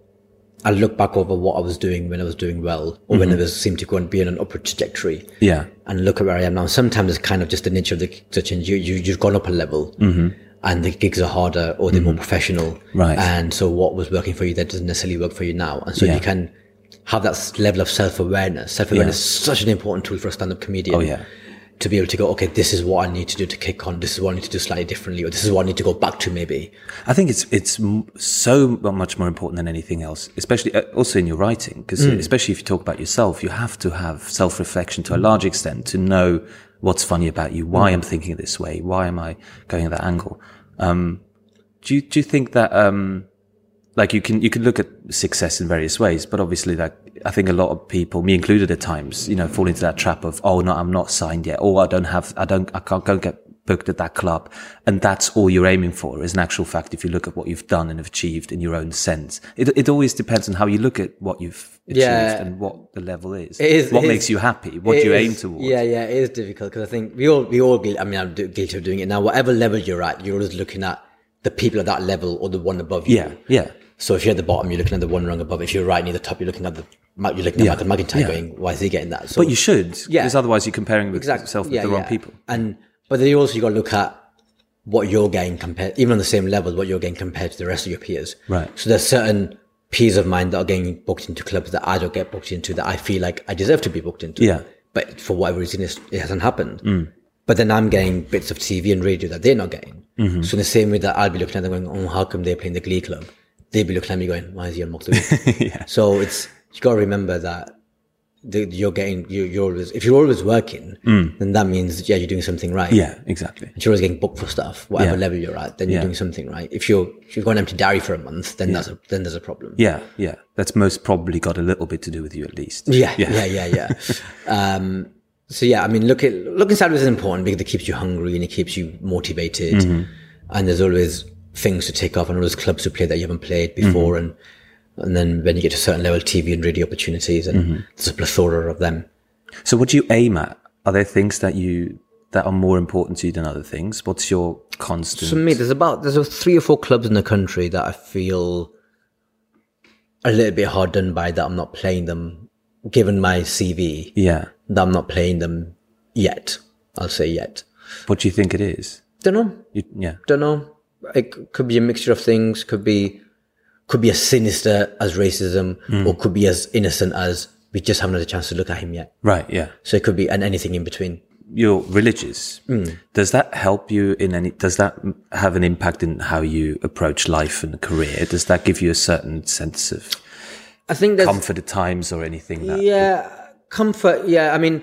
B: I look back over what I was doing when I was doing well, or
A: Mm-hmm.
B: when I was seemed to go and be on an upward trajectory.
A: yeah.
B: and look at where I am now. Sometimes it's kind of just the nature of the the change. You, you you've gone up a level, and the gigs are harder or they're more professional,
A: Mm-hmm. Mm. Right.
B: And so what was working for you that doesn't necessarily work for you now, and so
A: Yeah.
B: you can have that s- level of self awareness. Self awareness is such an important tool for a stand up comedian.
A: Oh, yeah.
B: To be able to go, okay, this is what I need to do to kick on. This is what I need to do slightly differently, or this is what I need to go back to maybe.
A: I think it's it's m- so much more important than anything else, especially uh, also in your writing, because especially if you talk about yourself, you have to have self reflection to a large extent to know what's funny about you, why I'm thinking this way, why am I going at that angle. Um, do you do you think that um, like you can you can look at success in various ways, but obviously like I think a lot of people, me Oh, included, at times you know fall into that trap of oh no, I'm not signed yet, or I don't have I don't I can't go get booked at that club. And that's all you're aiming for is an actual fact. If you look at what you've done and have achieved in your own sense, it, it always depends on how you look at what you've achieved
B: Yeah.
A: and what the level is.
B: It is-
A: what
B: it
A: makes
B: is-
A: you happy? What do
B: It
A: you
B: is-
A: aim towards?
B: Yeah, yeah, it is difficult because I think we all, we all, gui- I mean, I'm do- guilty of doing it now. Whatever level you're at, you're always looking at the people at that level or the one above you.
A: Yeah. Yeah.
B: So if you're at the bottom, you're looking at the one rung above. If you're right near the top, you're looking at the, Ma- you're looking at Michael McIntyre going, why is he getting that? So
A: But you should,
B: Yeah.
A: because otherwise you're comparing with yourself with
B: Yeah,
A: the wrong
B: yeah.
A: people.
B: And but then you also you got to look at what you're getting compared, even on the same level, what you're getting compared to the rest of your peers.
A: Right.
B: So there's certain peers of mine that are getting booked into clubs that I don't get booked into that I feel like I deserve to be booked into.
A: Yeah. Mm.
B: But for whatever reason, it's, it hasn't happened. But then I'm getting bits of TV and radio that they're not getting.
A: Mm-hmm.
B: So in the same way that I'll be looking at them going, oh, how come they're playing the Glee Club? They'll be looking at me going, why is he on Mock the Week? So it's, you got to remember that the, you're getting you, you're always if you're always working, then that means yeah you're doing something right.
A: Mm. Yeah, exactly.
B: If you're always getting booked for stuff, whatever
A: Yeah.
B: level you're at, then you're
A: Yeah.
B: doing something right. If you're if you've got an empty diary for a month, then that's a, then there's a problem.
A: Yeah, yeah. That's most probably got a little bit to do with you at least.
B: Yeah, yeah, yeah, yeah. um, so yeah, I mean, look at looking sideways is important because it keeps you hungry and it keeps you motivated. And there's always things to take off and always clubs to play that you haven't played before. And and then when you get to a certain level, TV and radio opportunities, and there's a plethora of them.
A: So what do you aim at? Are there things that you that are more important to you than other things? What's your constant
B: For me, there's about there's three or four clubs in the country that I feel a little bit hard done by that I'm not playing them, given my CV
A: Yeah.
B: that I'm not playing them yet. I'll say yet.
A: What do you think it is?
B: Don't know.
A: You, yeah.
B: Don't know. It c- could be a mixture of things. Could be could be as sinister as racism, or could be as innocent as we just haven't had a chance to look at him yet.
A: Right, yeah.
B: So it could be and anything in between.
A: You're religious.
B: Hmm.
A: Does that help you in any does that have an impact in how you approach life and career? Does that give you a certain sense of
B: I think there's
A: comfort at times or anything that
B: yeah comfort yeah i mean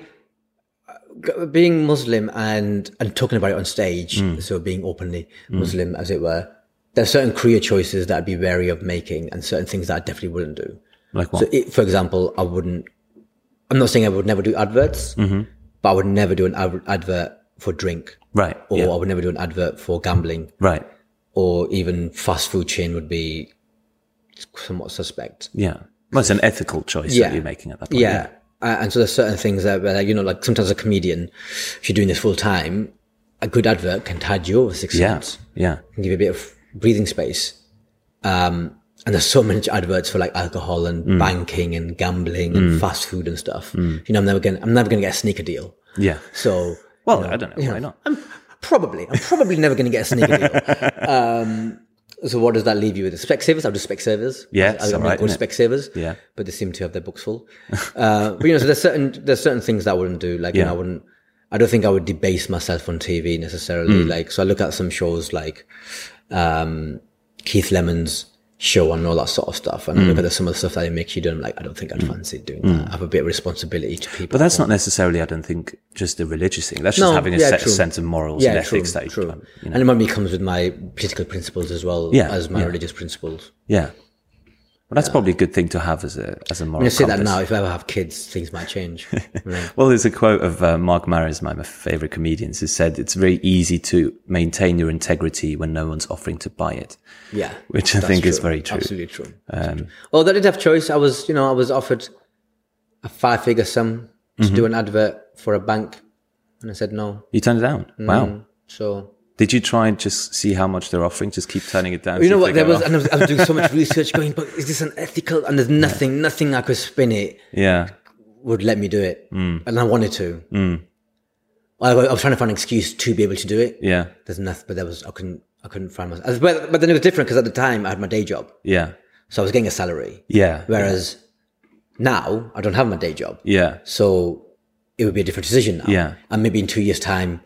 B: g- being muslim and and talking about it on stage so being openly muslim as it were there are certain career choices that i'd be wary of making and certain things that i definitely wouldn't do
A: like what?
B: so it, for example i wouldn't i'm not saying i would never do adverts
A: Mm-hmm.
B: but i would never do an ad- advert for drink
A: right.
B: or
A: yeah,
B: i would never do an advert for gambling
A: right.
B: or even fast food chain would be somewhat suspect
A: Yeah. Well, it's an ethical choice
B: Yeah.
A: that you're making at that point.
B: yeah. Uh, and so there's certain things that, where, you know, like sometimes a comedian, if you're doing this full time, a good advert can tide you over six
A: Yeah.
B: months
A: Yeah.
B: and give you a bit of breathing space. Um, and there's so many adverts for like alcohol and banking and gambling and fast food and stuff. You know, I'm never gonna, I'm never gonna get a sneaker deal.
A: Yeah.
B: So
A: Well, I don't know. Why not?
B: I'm probably, I'm probably never gonna get a sneaker deal. Um, so what does that leave you with? Spec savers? I'll do spec savers.
A: Yeah, it's
B: I'll, I'll
A: alright,
B: go
A: isn't it?
B: spec savers
A: Yeah.
B: but they seem to have their books full. Uh, but you know, so there's certain there's certain things that I wouldn't do. Like you know, I wouldn't. I don't think I would debase myself on TV necessarily.
A: Hmm.
B: Like, so I look at some shows like um, Keith Lemon's show and all that sort of stuff, and I
A: Hmm.
B: look at some of the stuff that they make you do. and I'm like, I don't think I'd fancy doing that. I have a bit of responsibility to people.
A: But that's not necessarily, I don't think, just a religious thing. That's just
B: No,
A: having a
B: yeah,
A: set
B: true.
A: sense of morals and ethics that you
B: true.
A: um, you know.
B: And it maybe comes with my political principles as well
A: Yeah,
B: as my
A: yeah.
B: religious principles.
A: Yeah. Well, that's probably a good thing to have as a as a moral.
B: I say that
A: compass.
B: now. If I ever have kids, things might change.
A: Well, there's a quote of uh, Mark Maris, my my favorite comedians, who said, "It's very easy to maintain your integrity when no one's offering to buy it."
B: Yeah.
A: Which I
B: that's
A: think is very true. Um,
B: Absolutely true. Although I did have choice. I was, you know, I was offered a five figure sum to
A: Mm-hmm.
B: do an advert for a bank and I said no.
A: You turned it down.
B: Mm.
A: Wow.
B: So
A: Did you try and just see how much they're offering? Just keep turning it down.
B: you
A: see
B: know
A: if
B: what?
A: they
B: There
A: go
B: was,
A: up?
B: and I was, I was doing so much research, going, but is this an ethical? And there's nothing, nothing I could spin it
A: yeah.
B: would let me do it,
A: Mm.
B: and I wanted to. I, I was trying to find an excuse to be able to do it.
A: Yeah.
B: There's nothing, but there was I couldn't, I couldn't find myself. But, but then it was different because at the time I had my day job,
A: Yeah.
B: so I was getting a salary.
A: Yeah.
B: Whereas now I don't have my day job.
A: Yeah.
B: So it would be a different decision now.
A: Yeah. Mm.
B: And maybe in two years' time,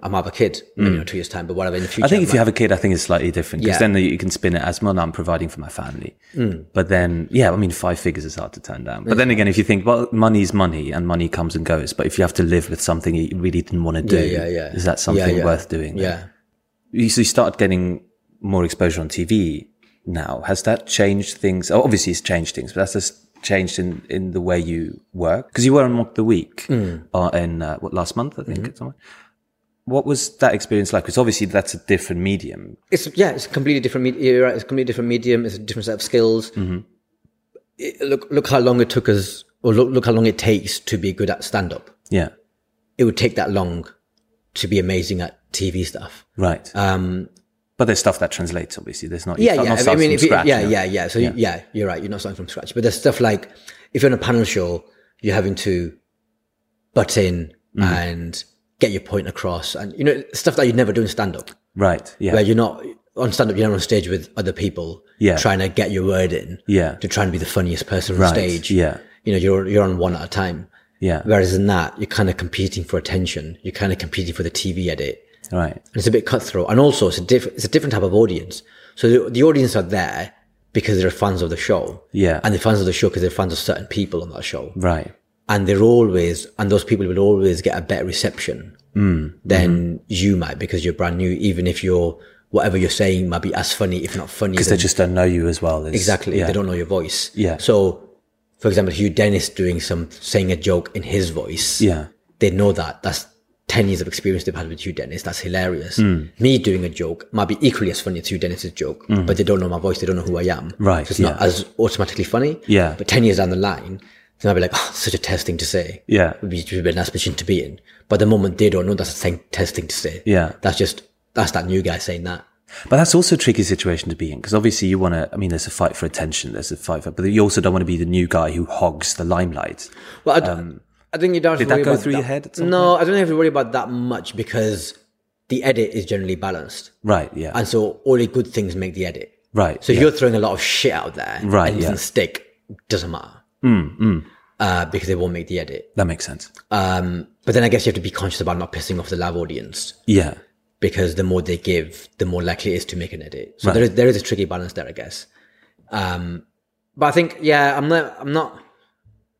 B: I might have a kid. Maybe not two years' time, but whatever in the future.
A: I think if you have a kid, I think it's slightly different because
B: Yeah. Mm.
A: then you can spin it as well. I'm providing for my family, but then yeah, I mean, five figures is hard to turn down. But then again, if you think, well, money's money and money comes and goes, but if you have to live with something you really didn't want to do,
B: yeah, yeah.
A: is that something
B: Yeah, yeah.
A: worth doing?
B: Yeah.
A: You- So you start getting more exposure on TV now. Has that changed things? Oh, obviously, it's changed things, but that's just changed in in the way
B: Hmm. Mm-hmm.
A: you work because you were on Mock the Week uh, in uh, what last month, I think, at some point. what was that experience like? Because obviously that's a different medium.
B: It's yeah, it's a completely different medium. You're right. It's a completely different medium. It's a different set of skills.
A: Mm-hmm.
B: It- look, look how long it took us, or look, look how long it takes to be good at stand up.
A: Yeah.
B: It would take that long to be amazing at TV stuff.
A: Right.
B: Um,
A: but there's stuff that translates, obviously. There's not, you
B: yeah,
A: can't-
B: yeah.
A: not
B: I
A: starting
B: mean,
A: from
B: if you-
A: scratch,
B: yeah,
A: no.
B: yeah, yeah. So yeah. you're right. You're not starting from scratch, but there's stuff like if you're on a panel show, you're having to butt in
A: Mm-hmm.
B: and get your point across, and you know stuff that you'd never do in stand up,
A: Right. Yeah.
B: where you're not on stand up, you're not on stage with other people,
A: Yeah.
B: trying to get your word in,
A: Yeah.
B: to try and be the funniest person on
A: Right,
B: stage,
A: yeah.
B: You know, you're you're on one at a time.
A: yeah.
B: Whereas in that, you're kind of competing for attention. You're kind of competing for the TV edit
A: Right.
B: and it's a bit cutthroat. And also, it's a different it's a different type of audience. So the, the audience are there because they're fans of the show,
A: Yeah.
B: and they're fans of the show because they're fans of certain people on that show,
A: Right.
B: and they're always and those people will always get a better reception
A: Mm. Mm-hmm.
B: than you might because you're brand new, even if you're whatever you're saying might be as funny, if not funny.
A: Because they just don't know you as well. There's-
B: exactly,
A: Yeah.
B: they don't know your voice.
A: Yeah.
B: So, for example, Hugh Dennis doing some saying a joke in his voice
A: yeah.
B: they know that that's 10 years of experience they've had with Hugh Dennis. That's hilarious.
A: Hmm.
B: Me doing a joke might be equally as funny as Hugh Dennis's joke, but they don't know my voice. They don't know who I am.
A: Right,
B: So it's not
A: yeah.
B: as automatically funny.
A: Yeah.
B: But 10 years down the line, they might be like, oh, such a test thing to say.
A: Yeah.
B: It would be, it would be a nice position to be in. But the moment they don't know that's a thing, test thing to say.
A: Yeah.
B: That's just, that's that new guy saying that.
A: But that's also a tricky situation to be in because obviously you want to. I mean, there's a fight for attention. There's a fight for, but you also don't want to be the new guy who hogs the limelight.
B: Well, I, d- I think you don't have
A: Um, did that
B: to worry
A: go
B: about
A: through your head at some
B: No, I don't have to worry about that much because the edit is generally balanced.
A: Right. Yeah.
B: And so all the good things make the edit.
A: right.
B: So
A: yeah.
B: if you're throwing a lot of shit out there,
A: Right,
B: And it
A: yeah. Mm,
B: doesn't stick. Doesn't matter. Uh, because they won't make the edit.
A: that makes sense.
B: Um, but then I guess you have to be conscious about not pissing off the live audience
A: Yeah.
B: because the more they give, the more likely it is to make an edit. So there is there is a tricky balance there, I guess. Um, but I think yeah, I'm not I'm not.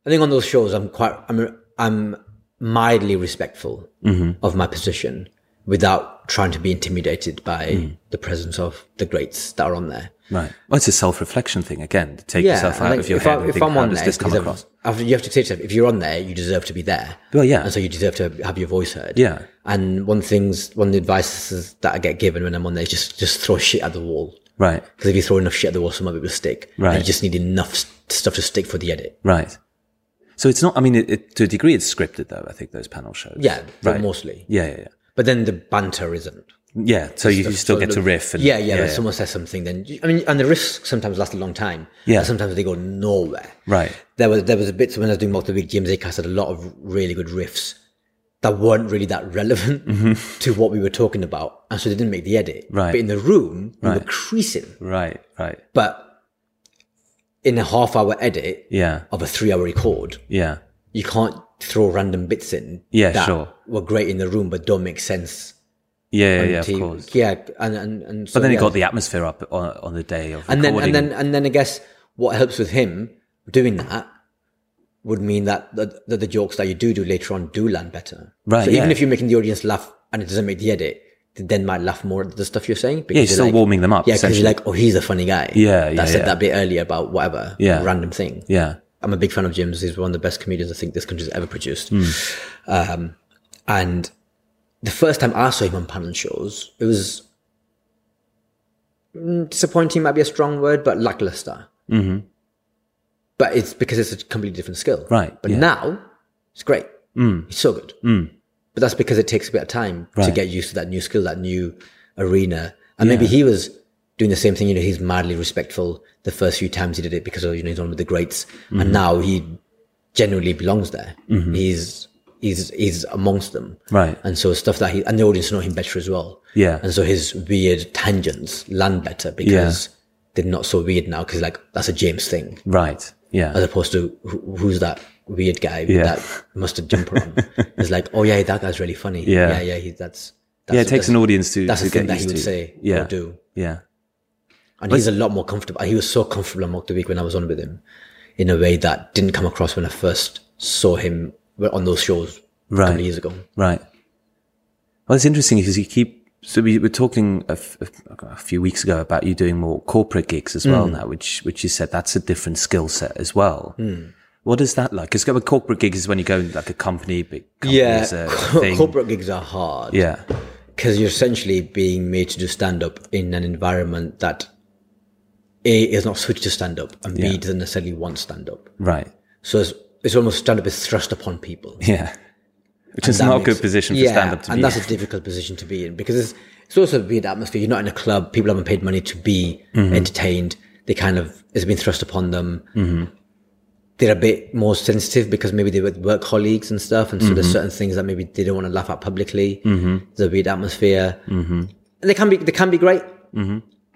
B: I think on those shows, I'm quite I'm I'm mildly respectful
A: Mm-hmm.
B: of my position without trying to be intimidated by
A: Mm.
B: the presence of the greats that are on there.
A: Right. Well, it's a self-reflection thing again. To take yourself out
B: like,
A: of your
B: if
A: head
B: I,
A: and
B: if
A: think,
B: I'm
A: how
B: on
A: does
B: there,
A: this
B: it's
A: come
B: because
A: across?
B: I've, I've- you have to say to yourself, if you're on there, you deserve to be there.
A: Well, yeah.
B: And so you deserve to have your voice heard.
A: Yeah.
B: And one of the things, one of the advices that I get given when I'm on there is just, just throw shit at the wall.
A: right.
B: Because if you throw enough shit at the wall, some of it will stick. And
A: Right.
B: you just need enough s- stuff to stick for the edit.
A: Right. So it's not. I mean, it, it, to a degree, it's scripted though. I think those panel shows.
B: Yeah, but
A: Right.
B: mostly.
A: Yeah. Yeah. Yeah.
B: But then the banter isn't.
A: Yeah, so you, you still get to riff. And,
B: Yeah, yeah. when someone says something, then you- I mean, and the risks sometimes last a long time.
A: Yeah.
B: And sometimes they go nowhere.
A: Right.
B: there was there was a bit when I was doing Mock the Big James Acast had a lot of really good riffs that weren't really that relevant to what we were talking about, and so they didn't make the edit.
A: Mm-hmm. Right.
B: But in the room, we were
A: Right.
B: creasing.
A: Right. Right.
B: But in a half hour edit
A: Yeah.
B: of a three hour record,
A: Yeah.
B: you can't throw random bits in.
A: Yeah,
B: that
A: sure.
B: Were great in the room, but don't make sense.
A: Yeah. Yeah. yeah of
B: to-
A: course.
B: Yeah, and and and. So,
A: But then
B: yeah.
A: it got the atmosphere up on, on the day of
B: and then
A: recording.
B: and then and then I guess what helps with him doing that would mean that the, that the jokes that you do do later on do land better.
A: Right,
B: So even
A: yeah.
B: if you're making the audience laugh and it doesn't make the edit, they then might laugh more at the stuff you're saying. Because
A: yeah, you're
B: they're
A: still
B: like,
A: warming them up.
B: Yeah, because
A: essentially.
B: you're like, oh, he's a funny guy.
A: Yeah, yeah,
B: That said
A: yeah.
B: that bit earlier about whatever.
A: Yeah.
B: Random thing.
A: yeah,
B: I'm a big fan of Jim's. He's one of the best comedians I think this country's ever produced.
A: Hmm.
B: Um, and the first time I saw him on panel shows, it was mm, disappointing, might be a strong word, but lackluster. Mm-hmm. But it's because it's a completely different skill.
A: Right,
B: But
A: yeah. Hmm.
B: now it's great. It's so good. But that's because it takes a bit of time to get used to that new skill, that new arena. And maybe he was doing the same thing. You know, he's madly respectful the first few times he did it because you know he's on with the greats,
A: Mm-hmm.
B: and now he genuinely belongs there. He's he's he's amongst them,
A: Right.
B: And so stuff that he and the audience know him better as well,
A: Yeah.
B: And so his weird tangents land better because they're not so weird now because like that's a James thing
A: right.
B: as
A: Yeah,
B: opposed to who, who's that weird guy with
A: Yeah.
B: that mustard jumper on? It's like, oh yeah, that guy's really funny.
A: Yeah.
B: yeah, yeah. He, that's, that's
A: yeah. It takes an
B: that's,
A: audience to
B: that's
A: to
B: the thing
A: get
B: that
A: used
B: he would
A: to.
B: say
A: yeah,
B: or do,
A: yeah,
B: and he's a lot more comfortable. He was so comfortable on Mock the Week when I was on with him, in a way that didn't come across when I first saw him on those shows a couple
A: Right.
B: of years ago.
A: right. Well, it's interesting because you keep. So we were talking a, f- a few weeks ago about
B: Hmm. Hmm.
A: you doing more corporate gigs as well now, which which you said that's a different skill set as well. What is that like? Because a corporate gig is when you go in, like a company, big company
B: yeah,
A: is a
B: co-
A: thing.
B: corporate gigs are hard.
A: Yeah,
B: because you're essentially being made to do stand up in an environment that a is not switched to stand up and b doesn't necessarily want stand up.
A: right.
B: So it's, it's almost stand up is thrust upon people.
A: Yeah, which is
B: That
A: not a
B: makes-
A: good position for stand up to
B: and
A: be.
B: that's
A: in.
B: a difficult position to be in because it's, it's also a weird atmosphere. You're not in a club. People haven't paid money to be
A: Mm-hmm.
B: entertained. They kind of it's been thrust upon them.
A: Mm-hmm.
B: They're a bit more sensitive because maybe they were work colleagues and stuff, and so
A: Mm-hmm.
B: there's certain things that maybe they don't want to laugh at publicly. There's a weird atmosphere.
A: Mm-hmm.
B: And they can be they can be great,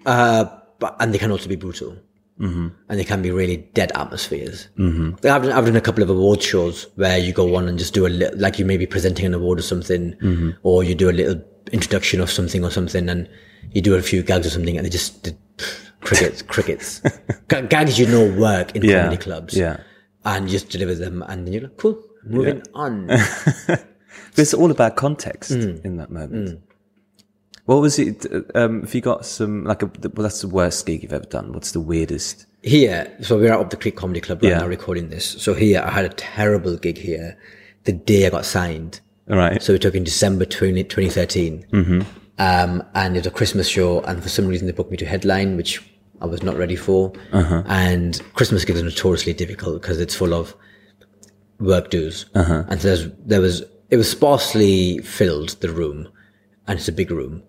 B: uh, but and they can also be brutal.
A: Mm-hmm.
B: And they can be really dead atmospheres. Mm-hmm. I've, done, I've done a couple of award shows where you go on and just do a little, like you may be presenting an award or something,
A: Mm-hmm.
B: or you do a little introduction of something or something, and you do a few gags or something, and they just did crickets, crickets, G- gags you know work in
A: Yeah,
B: comedy clubs,
A: yeah.
B: and you just deliver them, and then you're like, cool, moving on.
A: But it's all about context in that moment. What was it? uh, Um, have you got some like a? Well, that's the worst gig you've ever done. What's the weirdest?
B: here, so we're at Up the Creek Comedy Club right
A: Yeah.
B: now recording this. So here, I had a terrible gig here the day I got signed.
A: All right.
B: So we took in December 20, 2013. Um, and it was a Christmas show. And for some reason, they booked me to headline, which I was not ready for. And Christmas gigs are notoriously difficult because it's full of work dues. And so there's, there was, it was sparsely filled, the room. And it's a big room.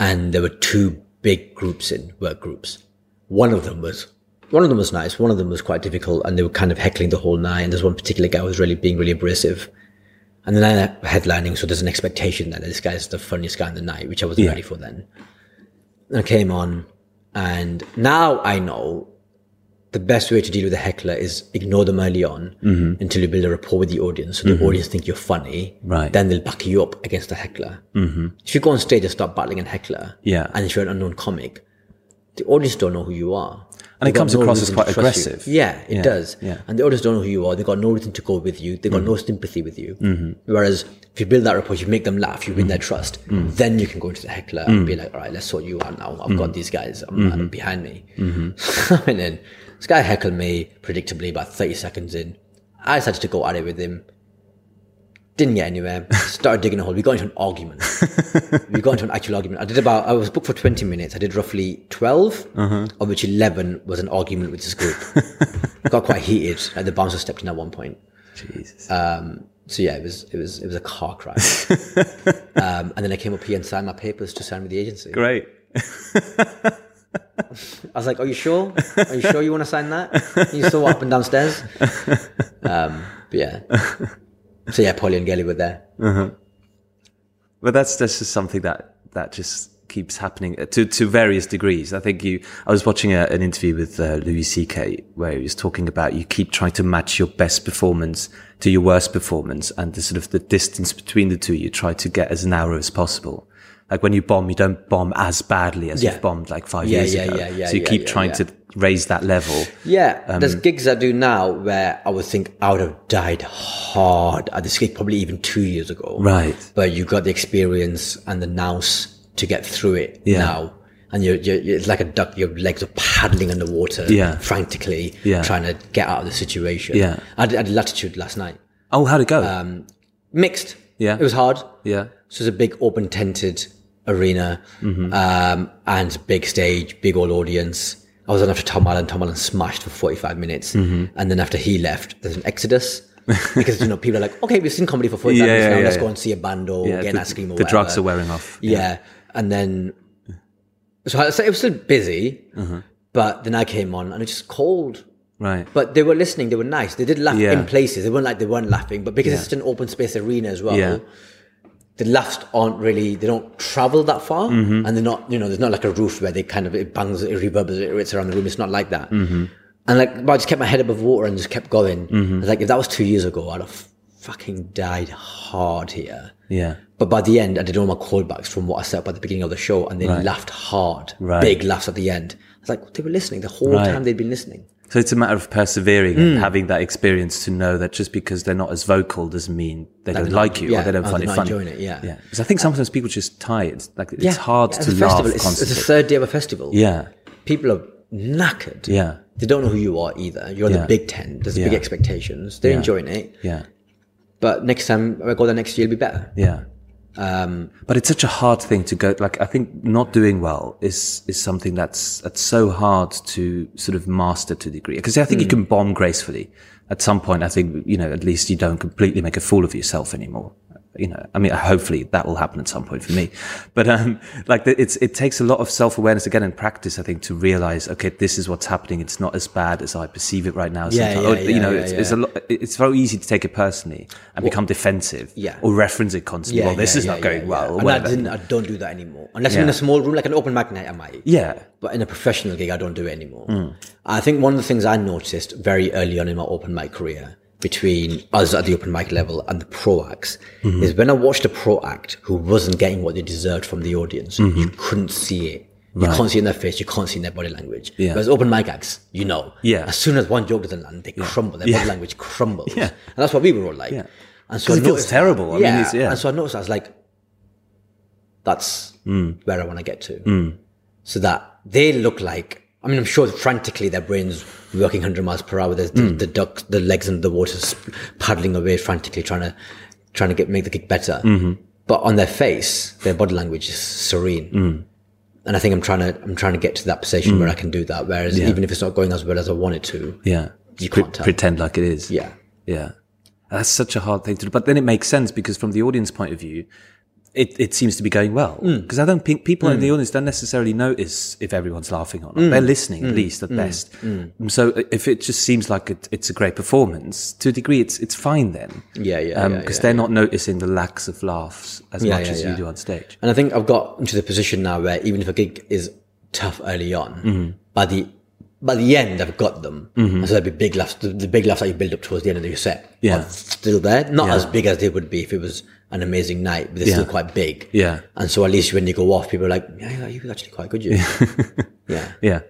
B: And there were two big groups in, work groups. One of them was, one of them was nice. One of them was quite difficult. And they were kind of heckling the whole night. And there's one particular guy who was really being really abrasive. And then I ended up headlining, so there's an expectation that this guy's the funniest guy in the night, which I wasn't ready for then. And I came on, and now I know the best way to deal with a heckler is ignore them early on
A: Mm-hmm.
B: until you build a rapport with the audience, so the audience think you're funny.
A: Right.
B: Then they'll back you up against the heckler. Mm-hmm. If you go on stage and start battling a heckler,
A: Yeah.
B: and if you're an unknown comic, the audience don't know who you are.
A: And
B: They've
A: it
B: got
A: comes
B: no
A: across as
B: reason to
A: quite
B: trust you.
A: aggressive.
B: Yeah, it
A: Yeah,
B: does.
A: yeah. Mm.
B: And the audience don't know who you are. They've got no reason to go with you. They've got no sympathy with you.
A: Mm-hmm.
B: Whereas if you build that rapport, you make them laugh, you win their
A: Mm.
B: trust, then you can go into the heckler and be like, all right, let's sort you out now.
A: Mm.
B: I've got these guys um,
A: Mm-hmm.
B: uh, behind me. and then this guy heckled me predictably about 30 seconds in. I decided to go at it with him. Didn't get anywhere. Started digging a hole. We got into an argument. we got into an actual argument. I did about, I was booked for 20 minutes. I did roughly 12,
A: Uh-huh.
B: of which 11 was an argument with this group. got quite heated. Like the bouncer stepped in at one point.
A: Jesus.
B: So yeah, it was, it was, it was a car crash. um, and then I came up here and signed my papers to sign with the agency.
A: Great.
B: I was like, are you sure? Are you sure you want to sign that? You saw what happened downstairs. Um, but yeah. So yeah, Polly and Gelly were there.
A: But that's that's just something that that just keeps happening uh, to to various degrees. I think you. I was watching a, an interview with uh, Louis C.K. where he was talking about you keep trying to match your best performance to your worst performance, and the sort of the distance between the two you try to get as narrow as possible. Like when you bomb, you don't bomb as badly as
B: Yeah.
A: you've bombed like five
B: Yeah,
A: years
B: yeah,
A: ago.
B: yeah, yeah,
A: so you
B: yeah,
A: keep
B: yeah,
A: trying
B: yeah.
A: to raise that level.
B: Yeah, there's gigs I do now where I would think I would have died hard at this gig probably even two years ago.
A: Right.
B: But you got the experience and the nous to get through it
A: Yeah.
B: now. And you're, you're, you're- it's like a duck, your legs are paddling in the water
A: Yeah.
B: frantically,
A: Yeah.
B: trying to get out of the situation.
A: Yeah.
B: I did, I did Latitude last night.
A: Oh, how'd it go?
B: Um, Mixed.
A: Yeah.
B: It was hard.
A: yeah.
B: So it's a big open tented arena,
A: Mm-hmm.
B: um, and big stage, big old audience. I was on after Tom Allen. Tom Allen smashed for 45 minutes.
A: Mm-hmm.
B: And then after he left, there's an exodus. because, you know, people are like, okay, we've seen comedy for 45
A: Yeah,
B: minutes
A: yeah,
B: now.
A: yeah,
B: Let's
A: yeah.
B: go and see a band or
A: Yeah,
B: get
A: the-
B: an ice cream or
A: the drugs
B: whatever."
A: are wearing off.
B: Yeah. And then, so I, so it was still busy,
A: Uh-huh.
B: but then I came on and it's just cold.
A: Right.
B: But they were listening. They were nice. They did laugh
A: Yeah.
B: in places. They weren't like they weren't laughing, but because it's such an open space arena as well,
A: Yeah.
B: the laughs aren't really. They don't travel that far,
A: Mm-hmm.
B: and they're not. You know, there's not like a roof where they kind of it bangs, it reverberates around the room. It's not like that.
A: Mm-hmm.
B: And like, but I just kept my head above water and just kept going. I was like, if that was two years ago, I'd have fucking died hard here.
A: yeah.
B: But by the end, I did all my callbacks from what I said up at the beginning of the show, and they laughed hard,
A: Right.
B: big laughs at the end. I was like, they were listening the whole
A: Right.
B: time. They'd been listening.
A: So it's a matter of persevering and
B: Hmm.
A: having that experience to know that just because they're not as vocal doesn't mean they don't like you or
B: yeah,
A: they don't
B: or
A: find
B: they're
A: it
B: not
A: funny.
B: enjoying it, yeah.
A: Because I think sometimes people just tie it. It's Like it's hard
B: Yeah,
A: to
B: it's a
A: laugh
B: festival. It's, it's
A: constantly.
B: the third day of a festival.
A: yeah.
B: People are knackered.
A: Yeah.
B: They don't know who you are either. You're on
A: Yeah.
B: the Big Ten. There's big
A: Yeah.
B: expectations. They're enjoying it.
A: Yeah.
B: But next time I go there next year, it'll be better.
A: Yeah.
B: Um,
A: But it's such a hard thing to go. Like I think not doing well is is something that's that's so hard to sort of master to a degree. Because I think you can
B: Hmm.
A: bomb gracefully. At some point, I think you know at least you don't completely make a fool of yourself anymore. You know, I mean, hopefully that will happen at some point for me. But um, like the, it's it takes a lot of self awareness again and practice. I think to realize okay, this is what's happening. It's not as bad as I perceive it right now.
B: Yeah,
A: Sometimes-
B: yeah,
A: or, you
B: yeah,
A: know,
B: yeah,
A: it's, it's a
B: yeah.
A: lot. It's very easy to take it personally and become defensive.
B: Yeah.
A: Or reference it constantly well, this
B: yeah,
A: is not
B: yeah,
A: going
B: yeah,
A: well.
B: yeah.
A: or
B: And I,
A: whatever.
B: didn't, I don't do that anymore. Unless I'm in
A: Yeah.
B: a small room, like an open mic night, I might.
A: Yeah.
B: But in a professional gig, I don't do it anymore. I think one of the things I noticed very early on in my open mic career between us at the open mic level and the pro acts is when I watched a pro act who wasn't getting what they deserved from the audience,
A: Mm-hmm.
B: you couldn't see it. You can't see it in their face, you can't see it in their body language.
A: Yeah.
B: Whereas open mic acts, you know.
A: Yeah.
B: As soon as one joke doesn't land, they crumble, their body language crumbles.
A: Yeah.
B: And that's what we were all like.
A: Yeah.
B: And so
A: 'Cause
B: I
A: it feels
B: noticed-
A: terrible. I mean,
B: yeah.
A: it's- yeah.
B: And so I noticed I was like, that's
A: Mm.
B: where I want to get to. So that they look like, I mean, I'm sure frantically their brains working 100 miles per hour. There's
A: Mm.
B: the, the ducks, the legs under the water sp- paddling away frantically trying to, trying to get, make the kick better.
A: Mm-hmm.
B: But on their face, their body language is serene.
A: Mm.
B: And I think I'm trying to, I'm trying to get to that position where I can do that. Whereas even if it's not going as well as I want it to,
A: Yeah.
B: You
A: Pre-
B: can't tell.
A: pretend like it is.
B: yeah.
A: Yeah. That's such a hard thing to do. But then it makes sense because from the audience point of view, it, it seems to be going well.
B: Mm.
A: Because I don't think people in the audience don't necessarily notice if everyone's laughing or not.
B: Mm.
A: They're listening at least at best. And So if it just seems like it, it's a great performance, to a degree, it's it's fine then.
B: Yeah, yeah,
A: Because
B: yeah, yeah,
A: they're not noticing the lacks of laughs as
B: Yeah,
A: much
B: yeah,
A: as you
B: yeah.
A: do on stage.
B: And I think I've got into the position now where even if a gig is tough early on, by the by the end I've got them.
A: Mm-hmm.
B: And so there'd be big laughs. The, the big laughs that you build up towards the end of your set
A: Yeah.
B: are still there. Not as big as they would be if it was an amazing night, but they're still quite big.
A: Yeah.
B: And so at least when you go off, people are like, "Yeah, you were actually quite good, you." yeah.
A: Yeah,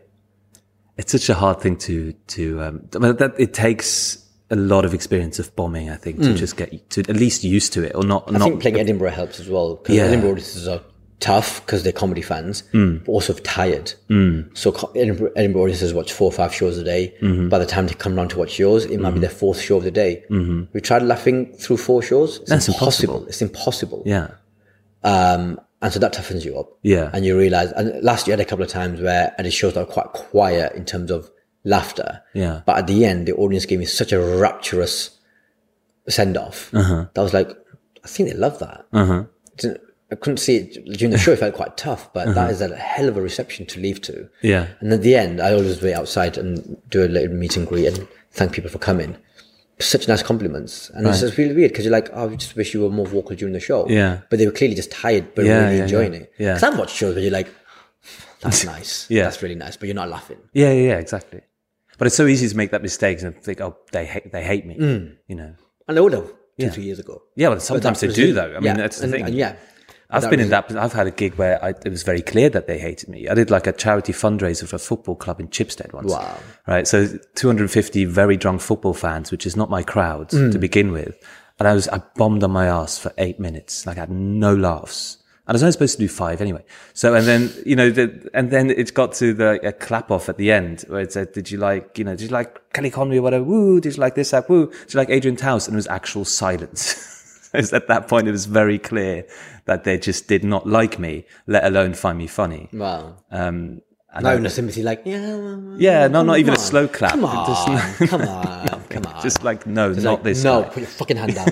A: it's such a hard thing to to. Um, I mean, that it takes a lot of experience of bombing. I think to just get to at least used to it, or not
B: Hmm. I
A: not
B: think playing Edinburgh helps as well because
A: Yeah.
B: Edinburgh audiences are tough because they're comedy fans, but also tired. Mm. So co- Edinburgh, Edinburgh audiences watch four or five shows a day. By the time they come round to watch yours, it might be their fourth show of the day. Mm-hmm. We tried laughing through four shows. It's
A: That's
B: impossible.
A: impossible.
B: It's impossible.
A: yeah
B: Um, and so that toughens you up.
A: Yeah.
B: And you realize, and last year I had a couple of times where I did shows that were quite quiet in terms of laughter.
A: Yeah.
B: But at the end, the audience gave me such a rapturous send off.
A: Uh-huh.
B: That I was like, I think they love that. Didn't- I couldn't see it during the show. It felt quite tough, but that is a hell of a reception to leave to.
A: Uh-huh. Yeah.
B: And at the end, I always wait outside and do a little meet and greet and thank people for coming. Such nice compliments, and it's just really weird because you're like, oh, I just wish you were more vocal during the show.
A: Yeah.
B: But they were clearly just tired, but
A: Yeah,
B: really
A: yeah,
B: enjoying
A: yeah.
B: it.
A: Yeah.
B: Because I've watched shows where you're like, that's nice.
A: Yeah.
B: That's really nice, but you're not laughing.
A: yeah yeah yeah exactly. But it's so easy to make that mistake and think, oh, they hate they hate me,
B: Hmm.
A: you know.
B: And I would have two, three years ago.
A: Yeah, well, sometimes they
B: That's
A: do
B: Brazil.
A: though. I mean,
B: Yeah.
A: that's the
B: And-
A: thing.
B: and yeah.
A: I've
B: That
A: been in
B: was-
A: that. I've had a gig where I, it was very clear that they hated me. I did like a charity fundraiser for a football club in Chipstead once.
B: Wow.
A: Right. So 250 very drunk football fans, which is not my crowd
B: Mm.
A: to begin with. And I was, I bombed on my ass for eight minutes. Like I had no laughs. And I was only supposed to do five anyway. So, and then, you know, the, and then it got to the a clap off at the end where it said, did you like, you know, did you like Kelly Conway or whatever? Woo. Did you like this app? Woo. Did you like Adrian Taus? And it was actual silence. It's at that point, it was very clear that they just did not like me, let alone find me funny.
B: Wow.
A: Um, and
B: Not
A: I-
B: even a sympathy, like, yeah. well, well,
A: Yeah, no,
B: come
A: not even a
B: on.
A: slow clap.
B: Come on.
A: Just-
B: come on. Come on.
A: just like, no,
B: It's
A: not
B: like,
A: this.
B: No,
A: guy.
B: put your fucking hand down.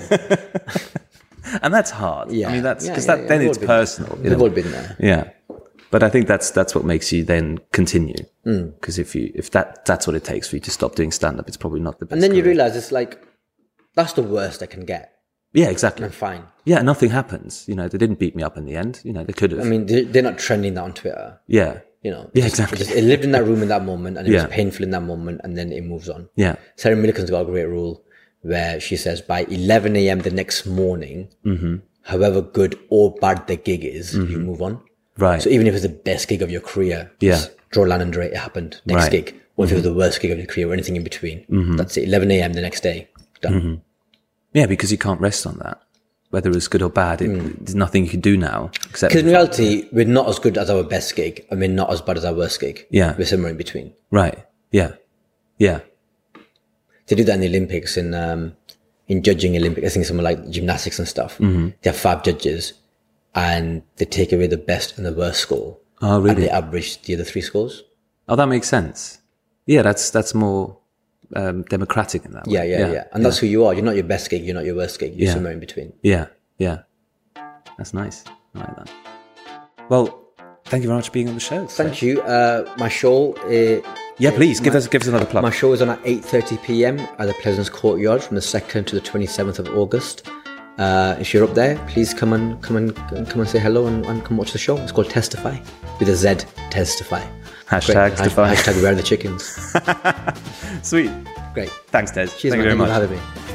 A: and that's hard.
B: Yeah.
A: I mean, that's
B: Yeah,
A: because
B: yeah,
A: that
B: yeah,
A: then
B: we've
A: it's
B: all been there.
A: personal. you
B: We've
A: know?
B: all been there.
A: Yeah, but I think that's that's what makes you then continue.
B: Mm.
A: Because if you if that that's what it takes for you to stop doing stand up, it's probably not the best.
B: And then you
A: career.
B: realize it's like, that's the worst I can get.
A: yeah, exactly.
B: I'm fine.
A: Yeah, nothing happens. You know, they didn't beat me up in the end. You know, they could have.
B: I mean, they- they're not trending that on Twitter.
A: yeah,
B: You know,
A: Yeah,
B: Just-
A: exactly.
B: Just, it lived in that room in that moment, and it
A: Yeah.
B: was painful in that moment, and then it moves on.
A: yeah,
B: Sarah Milliken's got a great rule where she says by 11 a.m. the next morning,
A: Mm-hmm.
B: however good or bad the gig is, you move on.
A: right.
B: So even if it's the best gig of your career,
A: Mm-hmm. Yeah.
B: just draw a line under it. It happened. Next
A: Right. Mm-hmm.
B: gig, or if it was the worst gig of your career, or anything in between. That's it. 11 a.m. the next day, done.
A: yeah, because you can't rest on that. whether it was good or bad. It,
B: Hmm.
A: There's nothing you can do now except
B: Because in reality, we're not as good as our best gig, and we're not as bad as our worst gig.
A: Yeah.
B: we're somewhere in between.
A: right. Yeah, yeah.
B: They do that in the Olympics in um, in judging Olympic. I think something like gymnastics and stuff.
A: Mm-hmm.
B: They have five judges, and they take away the best and the worst score,
A: Oh,
B: and
A: really?
B: they average the other three scores.
A: Oh, that makes sense. Yeah, that's that's more um, democratic in that way.
B: Yeah, yeah, yeah. And that's who you are. You're not your best gig. You're not your worst gig. You're
A: Yeah.
B: somewhere in between.
A: Yeah, yeah. That's nice. I like that. Well, thank you very much for being on the show.
B: Thank you. Uh, my show. Uh,
A: Yeah, please give us give us another plug.
B: my show is on at 8:30 p.m. at the Pleasance Courtyard from the 2nd to the 27th of August. Uh, if you're up there, please come and come and come and say hello and, and come watch the show. It's called Testify with a Z. Testify.
A: Hashtag
B: Great. Hash-
A: Testify.
B: Hashtag Beware the Chickens.
A: Sweet.
B: Great.
A: Thanks, Des.
B: Cheers,
A: thank you very
B: man. Thank you for
A: much.
B: having me.